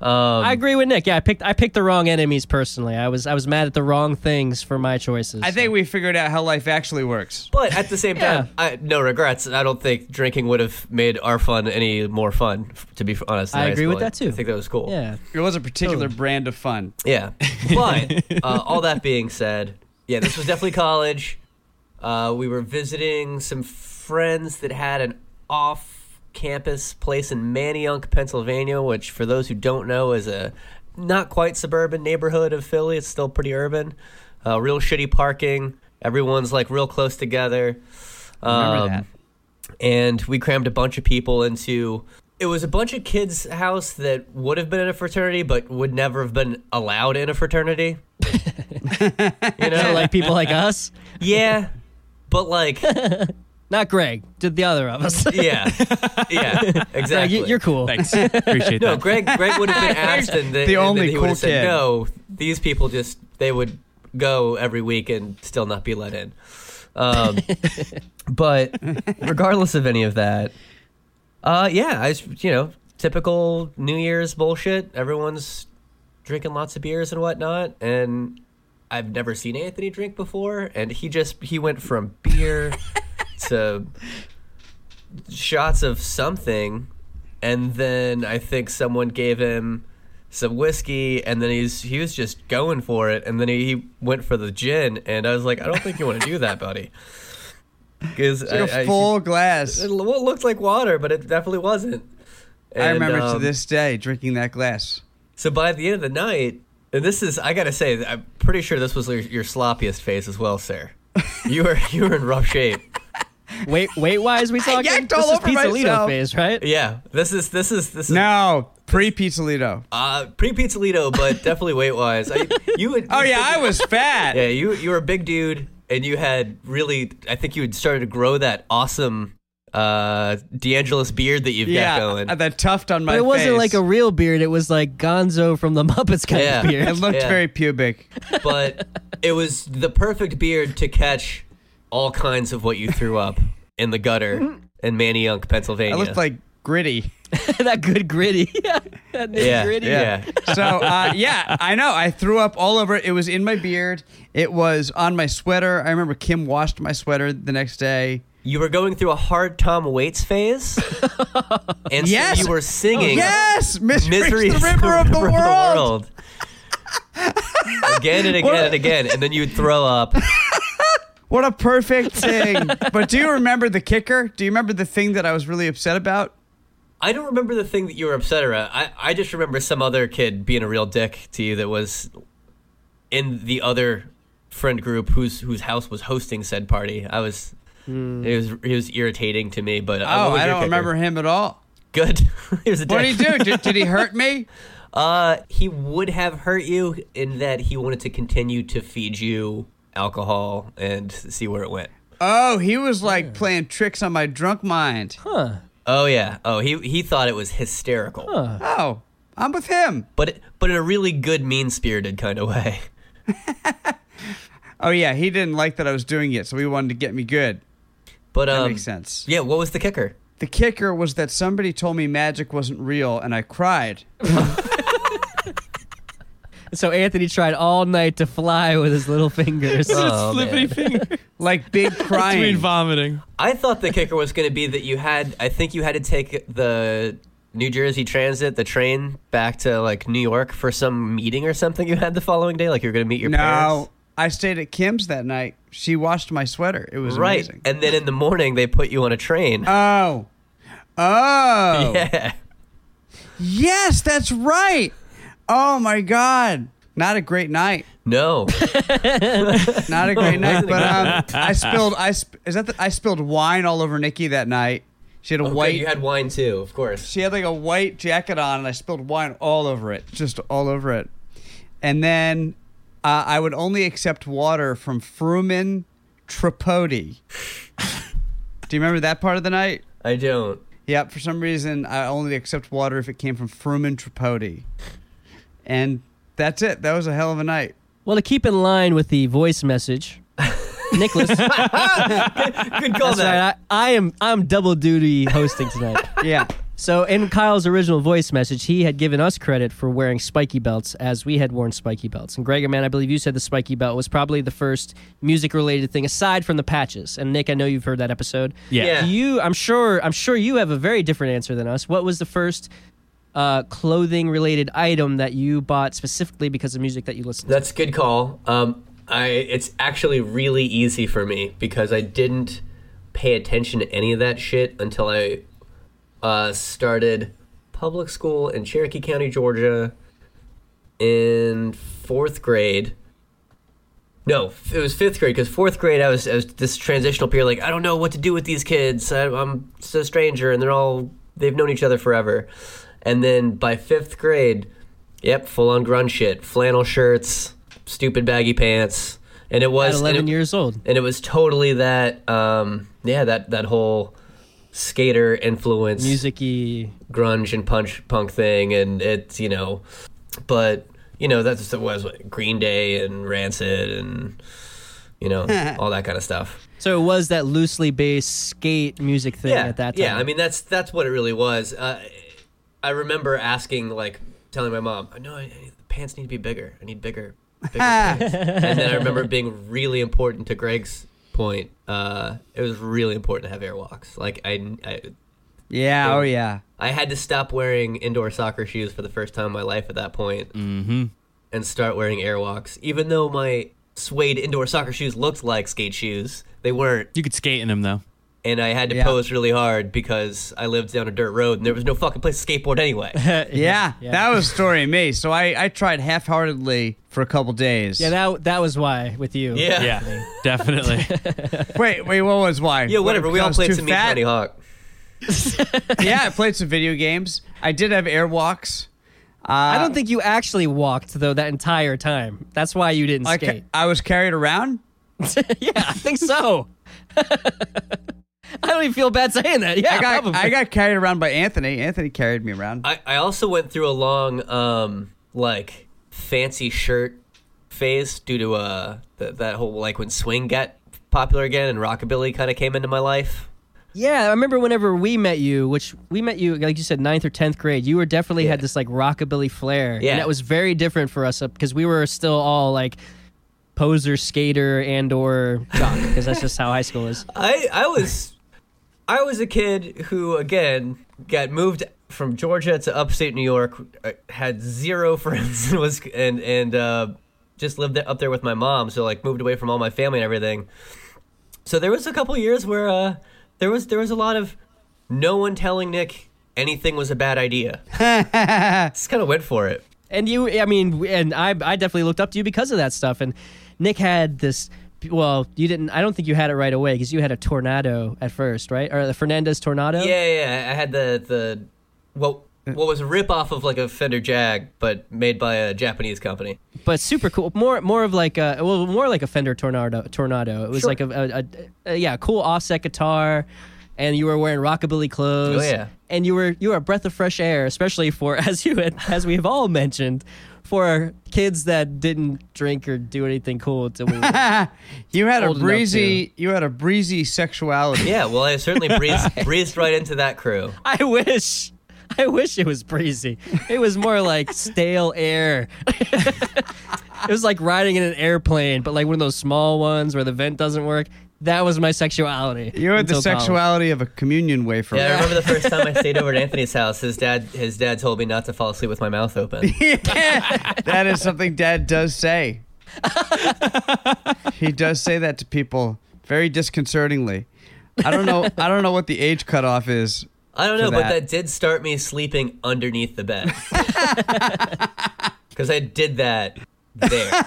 Um,
I agree with Nick. Yeah, I picked I picked the wrong enemies personally. I was I was mad at the wrong things for my choices.
I think we figured out how life actually works.
but at the same time, I, no regrets. I don't think drinking would have made our fun any more fun. f- To be f- honest, in
I
high
agree with
school.
that, too.
I think that was cool.
Yeah.
It was a particular brand of fun.
Yeah. But uh, all that being said, yeah, this was definitely college. Uh, we were visiting some friends that had an off campus place in Manayunk, Pennsylvania, which, for those who don't know, is a not quite suburban neighborhood of Philly. It's still pretty urban. Uh, real shitty parking. Everyone's like real close together.
Remember
Um,
that.
and we crammed a bunch of people into it was a bunch of kids house that would have been in a fraternity but would never have been allowed in a fraternity you know like
like people like us,
yeah but like
not Greg, did the other of us.
yeah yeah
Greg,
exactly
you- you're cool.
Thanks. Appreciate
no
that.
greg greg would have been asked and, the,
The
and
only
then he would
cool
have said
kid.
no these people just they would go every week and still not be let in um, but regardless of any of that Uh, yeah, I s- you know typical New Year's bullshit. Everyone's drinking lots of beers and whatnot, and I've never seen Anthony drink before, and he just he went from beer to shots of something, and then I think someone gave him some whiskey, and then he's he was just going for it, and then he, he went for the gin, and I was like, I don't think you want to do that, buddy. Because
Like a full glass.
it lo- looked like water, but it definitely wasn't.
I
And,
remember to
um,
this day drinking that glass.
So by the end of the night, and this is, I gotta say, I'm pretty sure this was your, your sloppiest phase as well, sir. You were you were in rough shape.
Wait, wait, why is we talking?
yanked
this
all
is
over
Pizzolito
myself.
phase, right?
Yeah, this is this is this is
No, pre Pizzolito.
uh, pre Pizzolito, but definitely weight wise. I, you would.
Oh yeah, I was fat.
Yeah, you you were a big dude, and you had really, I think you had started to grow that awesome uh D'Angelo's beard that you've
yeah,
got going.
that tuft on my.
But it wasn't
face.
like a real beard. It was like Gonzo from the Muppets kind
Yeah.
of beard.
It looked
Yeah.
very pubic.
but it was the perfect beard to catch all kinds of what you threw up in the gutter in Manayunk, Pennsylvania.
I looked Mm-hmm. like gritty.
that good gritty. yeah, that nitty
yeah,
gritty.
yeah,
So uh, yeah, I know. I threw up all over. it. It was in my beard. It was on my sweater. I remember Kim washed my sweater the next day.
You were going through a hard Tom Waits phase, and so
Yes. Oh,
you were singing
Yes, misery,
"Misery
is the river of the world.
world. again and again and again, and then you would throw up.
What a perfect thing. but do you remember the kicker? Do you remember the thing that I was really upset about?
I don't remember the thing that you were upset about. I, I just remember some other kid being a real dick to you that was in the other friend group whose whose house was hosting said party. I was it was it was irritating to me, but
Hmm. Oh, I don't remember him at all.
Good. he was a dick.
What did he do? did, did he hurt me?
Uh, he would have hurt you in that he wanted to continue to feed you alcohol and see where it went.
Oh, he was like playing tricks on my drunk mind.
Oh yeah. Oh, he he thought it was hysterical,
Oh, I'm with him.
but but in a really good, mean spirited kind of way.
Oh yeah, he didn't like that I was doing it, so he wanted to get me good.
But um,
makes sense.
Yeah. What was the kicker?
The kicker was that somebody told me magic wasn't real, and I cried.
So Anthony tried all night to fly with his little fingers.
Oh,
Flippity
man.
finger
Like big
between
crying.
vomiting.
I thought the kicker was going to be that you had. I think you had to take the New Jersey Transit, the train, back to like New York for some meeting or something. You had the following day, like you were going to meet your parents.
no, I stayed at Kim's that night. She washed my sweater. It was
Right.
amazing.
And then in the morning, they put you on a train.
Oh. Oh.
yeah.
Yes, that's right. Oh my god. Not a great night.
No.
Not a great night, but um, I spilled I sp- is that the, I spilled wine all over Nikki that night. She had a
Okay,
white
You had wine too, of course.
she had like a white jacket on and I spilled wine all over it, just all over it. And then uh, I would only accept water from Fruman Tripodi. Do you remember that part of the night?
I don't.
Yep, for some reason I only accept water if it came from Fruman Tripodi. And that's it. That was a hell of a night.
Well, to keep in line with the voice message, Nicholas, that's right.
Good call
I, I am I'm double duty hosting tonight.
Yeah.
So in Kyle's original voice message, he had given us credit for wearing spiky belts as we had worn spiky belts. And Gregor, man, I believe you said the spiky belt was probably the first music-related thing aside from the patches. And Nick, I know you've heard that episode.
Yeah.
You, I'm sure, I'm sure you have a very different answer than us. What was the first uh, clothing-related item that you bought specifically because of music that you listened to?
That's a good call. Um, I it's actually really easy for me because I didn't pay attention to any of that shit until I uh, started public school in Cherokee County, Georgia, in fourth grade. No, it was fifth grade because fourth grade I was, I was this transitional period. Like I don't know what to do with these kids. I, I'm just a stranger, and they're all they've known each other forever. And then by fifth grade, yep, full on grunge shit, flannel shirts, stupid baggy pants, and it
At
was and
11
it-
years old.
and it was totally that um yeah that that whole skater influence
Musicy.
grunge and punch punk thing and it's you know but you know that's just it was what, green day and rancid and you know all that kind of stuff
So it was that loosely based skate music thing
yeah
at that time.
yeah i mean that's that's what it really was uh, i remember asking like telling my mom no I, I- the pants need to be bigger i need bigger bigger pants." and then i remember it being really important to greg's point uh it was really important to have airwalks like i, I
Yeah. Oh, yeah.
I had to stop wearing indoor soccer shoes for the first time in my life at that point mm-hmm. and start wearing airwalks. Even though my suede indoor soccer shoes looked like skate shoes, they weren't.
You could skate in them though.
And I had to
Yeah.
pose really hard because I lived down a dirt road and there was no fucking place to skateboard anyway.
Yeah. That was story of me. So I, I tried half heartedly for a couple days.
Yeah, that that was why with you.
yeah. Yeah,
Yeah, definitely.
wait, wait, what was why? Yeah,
whatever. We all played some Mean
fat.
Tony Hawk.
yeah, I played some video games. I did have airwalks. Uh,
I don't think you actually walked though that entire time. That's why you didn't
I, ca-
skate.
I was carried around.
yeah, I think so. I don't even feel bad saying that. Yeah,
I got
probably. Uh,
I got carried around by Anthony. Anthony carried me around.
I, I also went through a long, um, like, fancy shirt phase due to uh, th- that whole, like, when swing got popular again and rockabilly kind of came into my life.
yeah, I remember whenever we met you, which we met you like you said ninth or tenth grade. You were definitely had
Yeah.
this like rockabilly flair,
Yeah.
and that was very different for us because we were still all like poser, skater, and or jock because that's just how high school is.
I I was I was a kid who again got moved from Georgia to upstate New York, uh, had zero friends and was and and uh, just lived up there with my mom. So like moved away from all my family and everything. So there was a couple years where uh, there was there was a lot of no one telling Nick anything was a bad idea. Just kind of went for it.
and you i mean and i i definitely looked up to you because of that stuff and nick had this well you didn't i don't think you had it right away because you had a tornado at first right or the fernandez tornado
Yeah, yeah, yeah. I had the the what what was a rip off of like a Fender Jag, but made by a Japanese company.
but super cool more more of like a well more like a fender tornado tornado it was
Sure.
like a, a, a, a- yeah cool offset guitar and you were wearing rockabilly clothes
Oh, yeah.
and you were you were a breath of fresh air especially for as you had, as we've all mentioned for kids that didn't drink or do anything cool until we were
You had a
Old enough
breezy. You had a breezy sexuality.
Yeah, well, I certainly breezed breezed right into that crew.
I wish. I wish it was breezy. It was more like stale air. it was like riding in an airplane, but like one of those small ones where the vent doesn't work. That was my sexuality.
You had the
until college.
sexuality of a communion wafer.
Yeah, I remember the first time I stayed over at Anthony's house. His dad, his dad told me not to fall asleep with my mouth open.
that is something Dad does say. he does say that to people very disconcertingly. I don't know. I don't know what the age cutoff is.
I don't know, but
that.
that did start me sleeping underneath the bed because I did that there.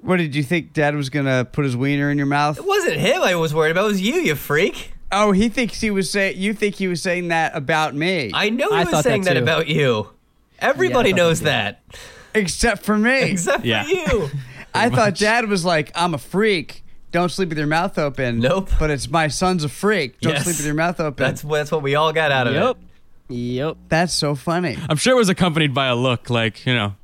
What did you think Dad was gonna put his wiener in your mouth?
It wasn't him I was worried about. It was you, you freak.
Oh, he thinks he was saying. You think he was saying that about me?
I know he
I
was
thought that
saying that,
too.
about you. Everybody
thought that
knows
too.
that,
except for me.
except
Yeah.
for you.
I thought Dad was like, "I'm a freak. Don't sleep with your mouth open."
Nope.
But it's my son's a freak. Don't
Yes.
sleep with your mouth open.
That's that's what we all got out of
Yep.
it.
Yep.
That's so funny.
I'm sure it was accompanied by a look like, you know,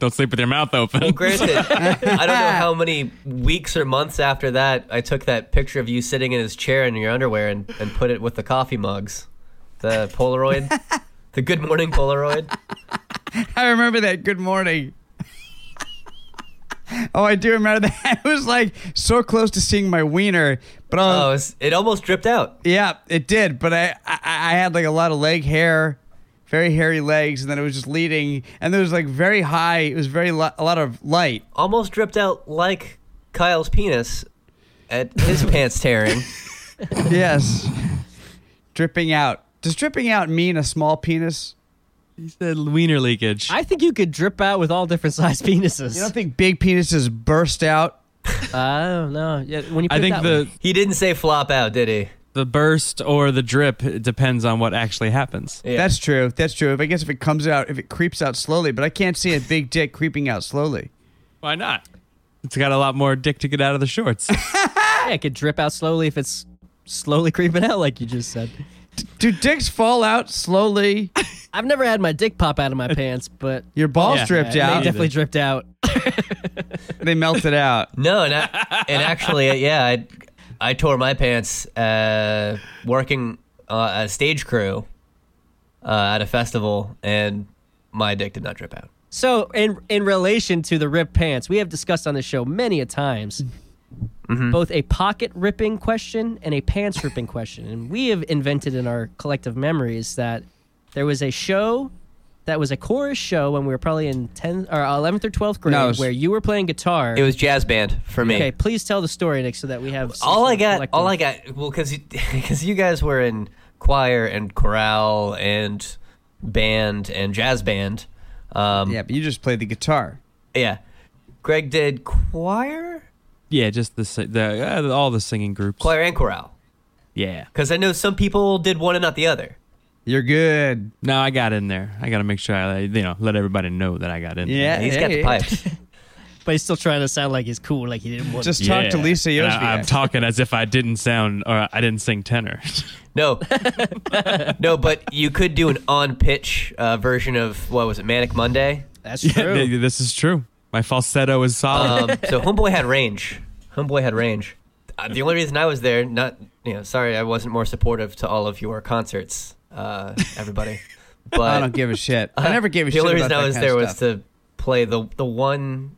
don't sleep with your mouth open.
Granted, I don't know how many weeks or months after that I took that picture of you sitting in his chair in your underwear and, and put it with the coffee mugs, the Polaroid, the Good Morning Polaroid.
I remember that. Good morning. oh, I do remember that. I was like so close to seeing my wiener, but I
Oh,
was-
it's, it almost dripped out.
yeah, it did. But I, I I had like a lot of leg hair, very hairy legs, and then it was just leading, and there was like very high. It was very li- a lot of light.
Almost dripped out like Kyle's penis at his pants tearing.
Yes, dripping out. Does dripping out mean a small penis?
He said wiener leakage.
I think you could drip out with all different size penises.
You don't think big penises burst out?
I don't know. Yeah, when you put
I
it
think
that
the
way.
He didn't say flop out, did he?
the burst or the drip it depends on what actually happens.
Yeah.
That's true. That's true. If I guess if it comes out, if it creeps out slowly, but I can't see a big dick creeping out slowly.
Why not? It's got a lot more dick to get out of the shorts.
yeah, it could drip out slowly if it's slowly creeping out, like you just said.
Do dicks fall out slowly?
I've never had my dick pop out of my pants, but
Your balls
Yeah.
dripped
Yeah,
they
out.
definitely dripped out.
They melted out.
No, and, I, and actually, yeah, I, I tore my pants uh, working uh, as stage crew uh, at a festival, and my dick did not drip out.
So, in in relation to the ripped pants, we have discussed on the show many a times
Mm-hmm.
both a pocket ripping question and a pants ripping question, and we have invented in our collective memories that there was a show that was a chorus show when we were probably in 10th or 11th or 12th grade
No, it was-
where you were playing guitar.
It was jazz band for me.
okay, please tell the story, Nick, so that we have some
all
sort
I
of
got,
collective-
all I got, well, because because you guys were in choir and chorale and band and jazz band. Um,
Yeah, but you just played the guitar.
yeah. Greg did choir,
yeah, just the si- the uh, all the singing groups.
choir and chorale,
Yeah.
because I know some people did one and not the other.
You're good.
No, I got in there. I got to make sure I you know let everybody know that I got in. there.
Yeah,
He's got the
yeah.
pipes.
but he's still trying to sound like he's cool, like he didn't want.
Just
to.
talk to
Yeah.
Lisa
And
Yosef.
I, I'm talking as if I didn't sound or I didn't sing tenor.
No, no, but you could do an on-pitch uh, version of what was it, Manic Monday?
That's
Yeah,
true.
th- this is true. My falsetto is solid.
Um, so Homeboy had range. Homeboy had range. Uh, the only reason I was there, not you know, sorry, I wasn't more supportive to all of your concerts, uh, everybody. But
I don't give a shit. I never gave a
the
shit.
only reason
about
I
that
was
kind
there
of
was
stuff.
to play the the one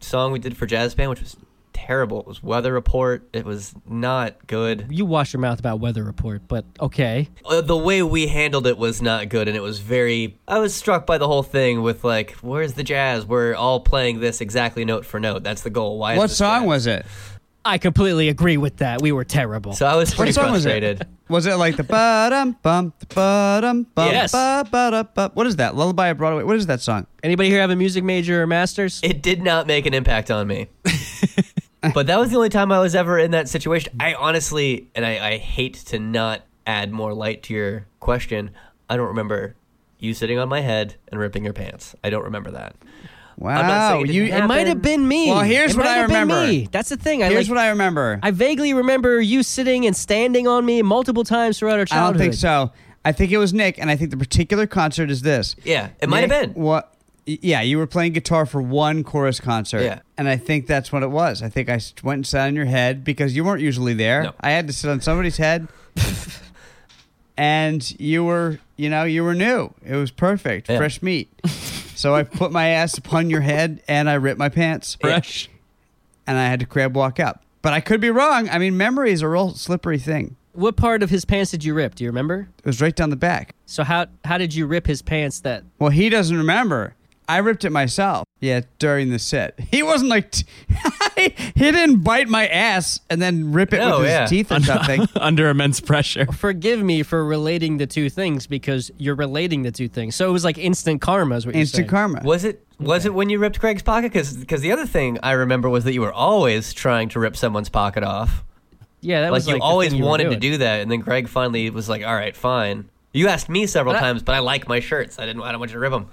song we did for jazz band, which was terrible. It was Weather Report. It was not good.
you wash your mouth about weather report, but okay.
uh, the way we handled it was not good and it was very i was struck by the whole thing with like where's the jazz we're all playing this exactly note for note that's the goal why is
What
this
song
jazz?
was it?
I completely agree with that. We were terrible.
so i was pretty
song was it?
frustrated
Was it like the ba dum bum, the ba dum bum,
Yes.
ba ba da ba? What is that? Lullaby of Broadway. What is that song?
Anybody here have a music major or master's?
It did not make an impact on me. but that was the only time I was ever in that situation. I honestly, and I, I hate to not add more light to your question, I don't remember you sitting on my head and ripping your pants. I don't remember that. not
Wow,
saying it
you.
didn't happen.
It might have been me.
Well, here's
It
what
might
I
have been
remember.
me. That's the thing. I
Here's
like,
what I remember.
I vaguely remember you sitting and standing on me multiple times throughout our
I
childhood.
don't think so. I think it was Nick, and I think the particular concert is this.
Yeah, it might have
Nick
been.
What? Yeah, you were playing guitar for one chorus concert.
Yeah.
And I think that's what it was. I think I s- went and sat on your head because you weren't usually there.
No.
I had to sit on somebody's head. and you were, you know, you were new. It was perfect,
Yeah.
fresh meat. so I put my ass upon your head and I ripped my pants
Fresh.
and I had to crab walk up. But I could be wrong. I mean, memory is a real slippery thing.
What part of his pants did you rip? Do you remember?
It was right down the back.
So how how did you rip his pants? That
Well, he doesn't remember. I ripped it myself. Yeah, during the set. He wasn't like, t- he didn't bite my ass and then rip it
No,
with his
yeah.
teeth or something.
Under immense pressure.
forgive me for relating the two things because you're relating the two things. So it was like instant karma, is what you're saying.
Instant karma.
Was it was it when you ripped Craig's pocket? Because the other thing I remember was that you were always trying to rip someone's pocket off.
Yeah, that
Like
was
you
like the
always
thing you were
wanted to
doing.
do that, and then Craig finally was like, "All right, fine." You asked me several
But I-
times, but I like my shirts. I didn't. I don't want you to rip them.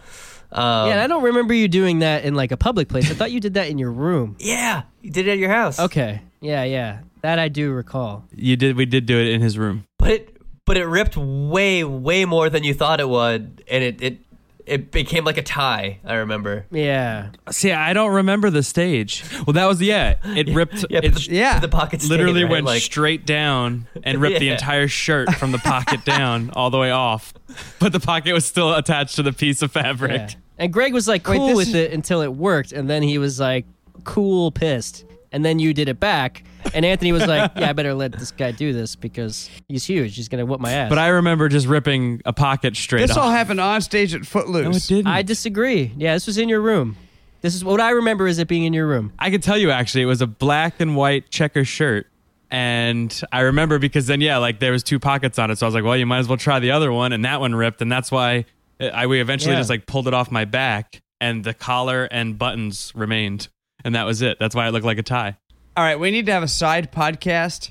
Um,
Yeah, and I don't remember you doing that in like a public place. I thought you did that in your room.
Yeah, you did it at your house.
Okay. Yeah, yeah. That I do recall.
You did. We did do it in his room.
but it but it ripped way way more than you thought it would, and it it it became like a tie. I remember.
Yeah.
See, I don't remember the stage. Well, that was yeah. It ripped.
Yeah,
it
but the,
yeah.
the pocket stayed,
literally
right?
went
like,
straight down and ripped the
Yeah.
entire shirt from the pocket down all the way off. But the pocket was still attached to the piece of fabric.
Yeah. And Greg was like cool
this
with
is-
it until it worked, and then he was like cool pissed, and then you did it back, and Anthony was like, "Yeah, I better let this guy do this because he's huge. He's gonna whoop my ass."
But I remember just ripping a pocket straight
this
off.
all happened on stage at Footloose.
no, it didn't.
I
I,
disagree. Yeah, this was in your room. This is what I remember is it being in your room.
could tell you actually, it was a black and white checker shirt. And I remember because then, yeah, like there was two pockets on it. So I was like, well, you might as well try the other one. And that one ripped. And that's why uh, I, we eventually
Yeah.
just like pulled it off my back and the collar and buttons remained. And that was it. That's why it looked like a tie.
All right, we need to have a side podcast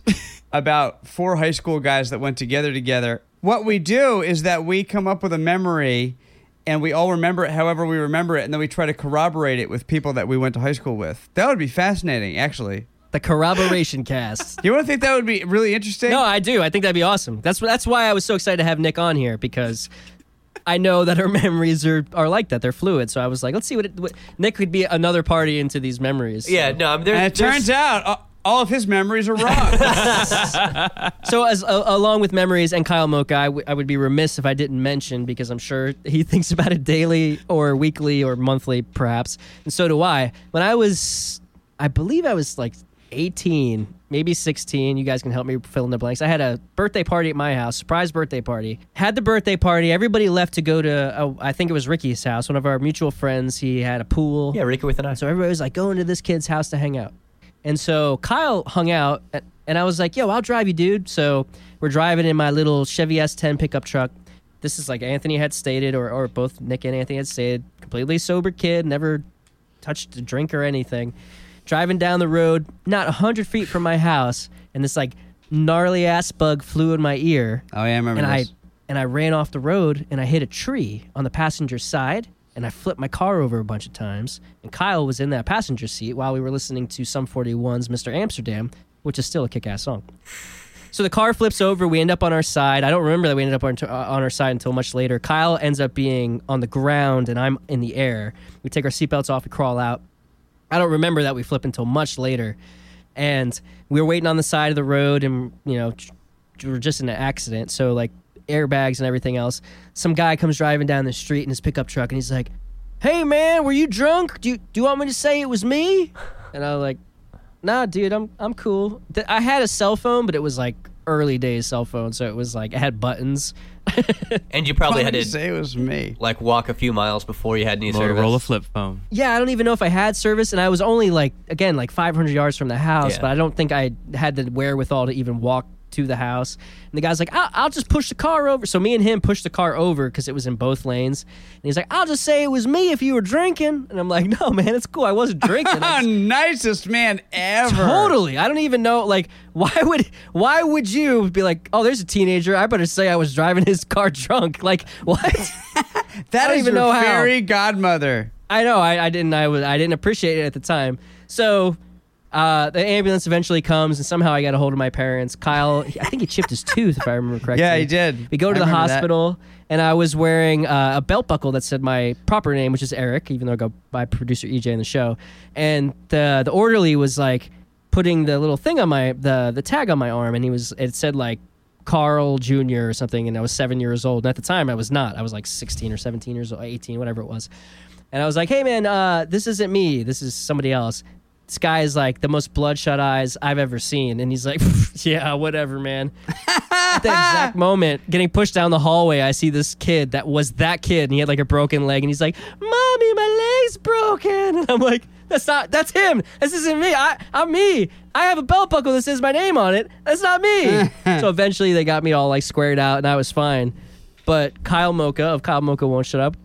about four high school guys that went together together. What we do is that we come up with a memory and we all remember it however we remember it and then we try to corroborate it with people that we went to high school with. That would be fascinating, actually.
The corroboration cast.
You want to think that would be really interesting?
No, I do. I think that'd be awesome. That's that's why I was so excited to have Nick on here because I know that our memories are, are like that. They're fluid. So I was like, let's see what, it, what Nick could be another party into these memories.
Yeah, no. I mean, there's,
and it turns out a- all of his memories are wrong.
So, as uh, along with memories and Kyle Mocha, I, w- I would be remiss if I didn't mention because I'm sure he thinks about it daily or weekly or monthly, perhaps, and so do I. When I was, I believe I was like 18, maybe 16. You guys can help me fill in the blanks. I had a birthday party at my house, surprise birthday party. Had the birthday party. Everybody left to go to, uh, I think it was Ricky's house, one of our mutual friends. He had a pool.
yeah, Ricky with an eye.
So everybody was like going to this kid's house to hang out. And so Kyle hung out, a- and I was like, yo, I'll drive you, dude. So we're driving in my little Chevy S10 pickup truck. This is like Anthony had stated, or, or both Nick and Anthony had stated, completely sober kid, never touched a drink or anything. Driving down the road, not 100 feet from my house, and this like gnarly ass bug flew in my ear
oh, yeah, I remember
and I
this.
and I ran off the road and I hit a tree on the passenger side and I flipped my car over a bunch of times and Kyle was in that passenger seat while we were listening to Sum 41's Mr. Amsterdam, which is still a kick-ass song. So the car flips over. We end up on our side. I don't remember that we ended up on, uh, on our side until much later. Kyle ends up being on the ground and I'm in the air. We take our seatbelts off. We crawl out. I don't remember that we flip until much later. And we were waiting on the side of the road and, you know, tr- we were just in an accident. So, like, airbags and everything else. Some guy comes driving down the street in his pickup truck and he's like, Hey, man, were you drunk? Do you, do you want me to say it was me? And I was like, Nah, dude, I'm, I'm cool. Th- I had a cell phone, but it was like early days cell phone. So it was like, it had buttons.
and you probably
Why
had
did you
to
say it was me?
like walk a few miles before you had any
Motorola
service.
flip phone.
yeah, I don't even know if I had service, and I was only like again like 500 yards from the house,
Yeah.
but I don't think I had the wherewithal to even walk to the house. And the guy's like, I'll, I'll just push the car over. So me and him pushed the car over because it was in both lanes. And he's like, I'll just say it was me if you were drinking. And I'm like, no, man, it's cool. I wasn't drinking. I just-
Nicest man ever.
Totally. I don't even know. Like, why would why would you be like, oh, there's a teenager. I better say I was driving his car drunk. Like, what?
That
I don't
is
even
your
know how.
fairy godmother.
I know. I, I didn't. I was. I didn't appreciate it at the time. So, uh, the ambulance eventually comes, and somehow I got a hold of my parents. Kyle, I think he chipped his tooth, if I remember correctly.
Yeah, he did.
We go to
I
the
remember that.
hospital, and I was wearing uh, a belt buckle that said my proper name, which is Eric, even though I go by producer EJ in the show. And the the orderly was like putting the little thing on my the the tag on my arm, and he was it said like Carl Jr. or something, and I was seven years old. And at the time, I was not. I was like sixteen or seventeen years old, eighteen, whatever it was. And I was like, hey man, uh, this isn't me. This is somebody else. This guy is like the most bloodshot eyes I've ever seen. And he's like, yeah, whatever, man at the exact moment, getting pushed down the hallway, I see this kid that was that kid, and he had like a broken leg, and he's like, "Mommy, my leg's broken," and I'm like, "That's not, that's him. This isn't me. I, I'm me. I have a belt buckle that says my name on it. That's not me." so eventually, they got me all like squared out, and I was fine. But Kyle Mocha of Kyle Mocha won't shut up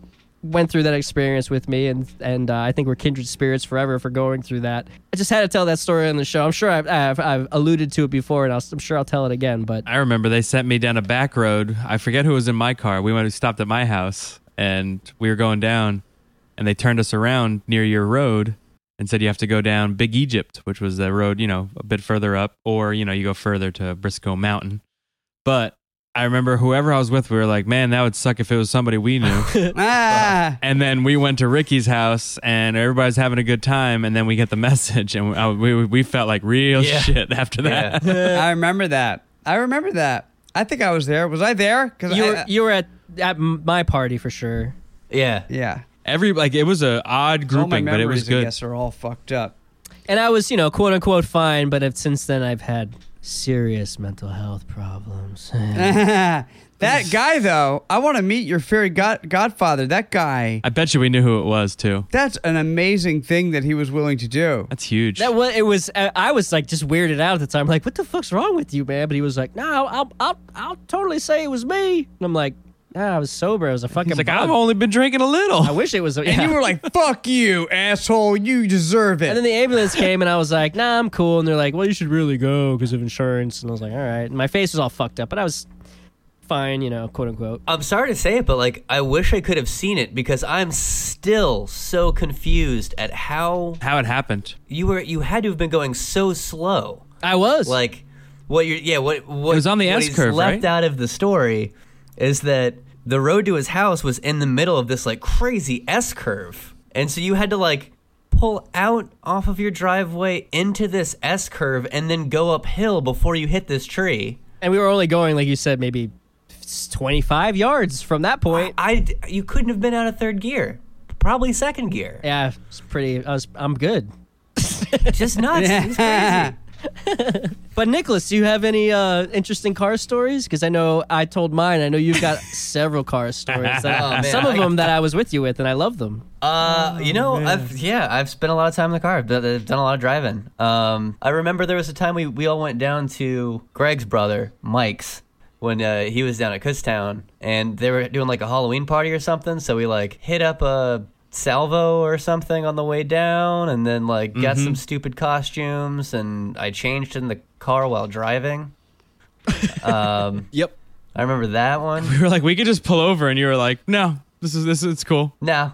went through that experience with me, and and uh, I think we're kindred spirits forever for going through that. I just had to tell that story on the show. I'm sure I've I've, I've alluded to it before, and I'll, I'm sure I'll tell it again. But
I remember they sent me down a back road. I forget who was in my car. We went we stopped at my house and we were going down and they turned us around near your road and said you have to go down Big Egypt, which was the road, you know, a bit further up or, you know, you go further to Briscoe Mountain. But I remember whoever I was with, we were like, "Man, that would suck if it was somebody we knew."
Ah,
and then we went to Ricky's house, and everybody's having a good time. And then we get the message, and uh, we we, we felt like real
Yeah.
shit after that.
I remember that. I remember that. I think I was there. Was I uh, there? Because
you were, you were at at my party for sure.
Yeah.
yeah.
Every like it was a odd
All my
grouping, but
memories,
it was
I
good.
guess, are all fucked up.
And I was, you know, quote unquote fine, but if, since then I've had serious mental health problems.
that guy, though, I want to meet your fairy god- godfather. That guy.
I bet you we knew who it was too.
That's an amazing thing that he was willing to do.
That's huge.
that was it was I I was like just weirded out at the time like what the fuck's wrong with you man but he was like no I'll I'll, I'll totally say it was me and I'm like ah, I was sober I was a fucking
He's like,
bug.
I've only been drinking a
I
little.
wish it was
And
yeah.
you were like, "Fuck you, asshole! You deserve it."
And then the ambulance came, and I was like, "Nah, I'm cool." And they're like, "Well, you should really go because of insurance." And I was like, "All right." And my face was all fucked up, but I was fine, you know, quote unquote.
I'm sorry to say it, but like I wish I could have seen it because I'm still so confused at how
How it happened?
you were you had to have been going so slow.
I was
Like what you're yeah, what what
was on the
what
S
he's
curve,
left
right?
out of the story is that the road to his house was in the middle of this like crazy S curve. And so you had to like pull out off of your driveway into this S curve and then go uphill before you hit this tree.
and we were only going like you said maybe 25 yards from that point
I you couldn't have been out of third gear. Probably second gear.
yeah it's pretty I was, i'm good
Just nuts. It's crazy.
but nicholas do you have any uh interesting car stories because i know i told mine i know you've got several car stories that,
Oh, man.
some of
I-
them that i was with you with and i love them
Uh, you know, I've yeah, I've spent a lot of time in the car. I've done- I've done a lot of driving. Um, I remember there was a time we, we all went down to Greg's brother Mike's when uh, he was down at Kutztown, and they were doing like a Halloween party or something. So we like hit up a salvo or something on the way down, and then like got some stupid costumes, and I changed in the car while driving. Um,
Yep.
I remember that one.
We were like, we could just pull over, and you were like, no, this is this is it's cool
No,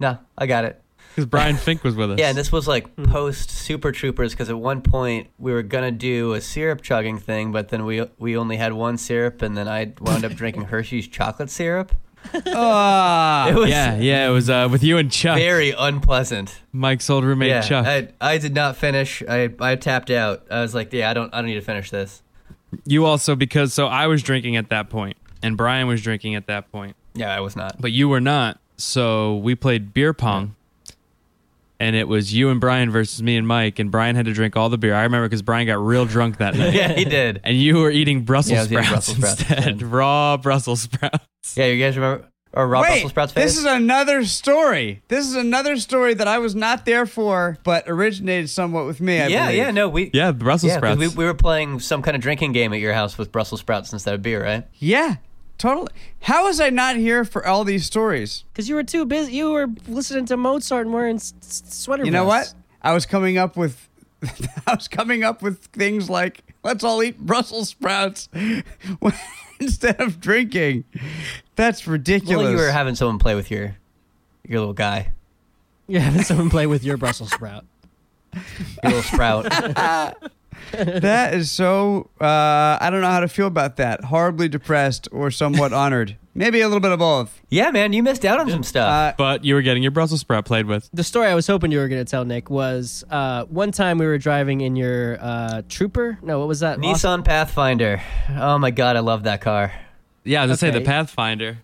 no, I got it.
because Brian Fink was with us.
Yeah, and this was like
Hmm.
post Super Troopers because at one point we were gonna do a syrup chugging thing, but then we we only had one syrup, and then I wound up drinking Hershey's chocolate syrup.
Ah.
It was
yeah, yeah. It was uh, with you and Chuck,
very unpleasant.
Mike's old roommate
Yeah,
Chuck.
I, I did not finish. I, I tapped out. I was like, yeah, I don't I don't need to finish this.
you also because so I was drinking at that point, and Brian was drinking at that point.
Yeah, I was not.
but you were not. So we played beer pong, and it was you and Brian versus me and Mike, and Brian had to drink all the beer. I remember because Brian got real drunk that night,
yeah, he did.
and you were eating Brussels
Yeah, I was eating
sprouts
Brussels sprouts
instead, raw Brussels sprouts.
Yeah, you guys remember Or Rob
Wait,
Brussels sprouts
this
face?
is another story. This is another story that I was not there for, but originated somewhat with me. I
yeah,
believe.
yeah, no, we
Yeah, the Brussels
yeah, 'cause
sprouts.
We, we were playing some kind of drinking game at your house with Brussels sprouts instead of beer, right?
yeah, totally. How was I not here for all these stories?
Because you were too busy. You were listening to Mozart and wearing s- s- sweater
You know what?
vests.
I was coming up with, I was coming up with things like let's all eat Brussels sprouts instead of drinking. That's ridiculous.
Well, you were having someone play with your your little guy,
You're having someone play with your Brussels sprout.
your little sprout.
that is so. Uh, I don't know how to feel about that. Horribly depressed or somewhat honored. Maybe a little bit of both.
yeah, Uh, man, you missed out on some stuff.
but you were getting your Brussels sprout played with.
The story I was hoping you were going to tell, Nick, was uh, one time we were driving in your uh, Trooper. No, what was that? Austin-
Nissan Pathfinder. Oh my god, I love that car.
Yeah, as I say, the
Okay.
Pathfinder.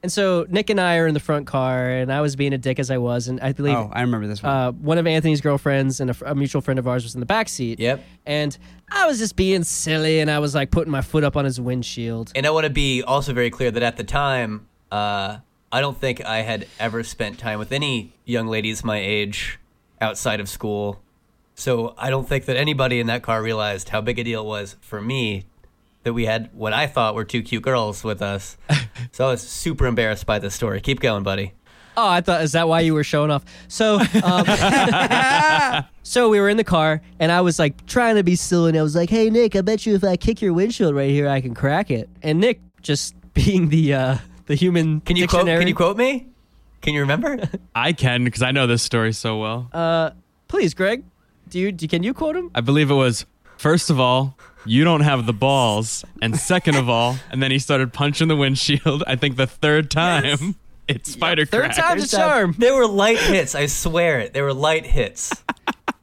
And so Nick and I are in the front car, and I was being a dick as I was, and I believe
Oh, I remember this one.
uh, one of Anthony's girlfriends and a, fr- a mutual friend of ours was in the back seat.
Yep.
And I was just being silly, and I was like putting my foot up on his windshield.
And I want to be also very clear that at the time, uh, I don't think I had ever spent time with any young ladies my age outside of school. So I don't think that anybody in that car realized how big a deal it was for me that we had what I thought were two cute girls with us. so I was super embarrassed by this story. Keep going, buddy.
Oh, I thought is that why you were showing off? So, um, so we were in the car, and I was like trying to be silly, and I was like, "Hey, Nick, I bet you if I kick your windshield right here, I can crack it." And Nick, just being the uh, the human
Can you
dictionary,
quote? Can you quote me? Can you remember?
I can because I know this story so well.
please, Greg? Do you do, can you quote him?
I believe it was first of all, you don't have the balls, and second of all, and then he started punching the windshield. I think the third time it spider
Third
cracked.
time's a charm.
uh, they were light hits. I swear it. They were light hits.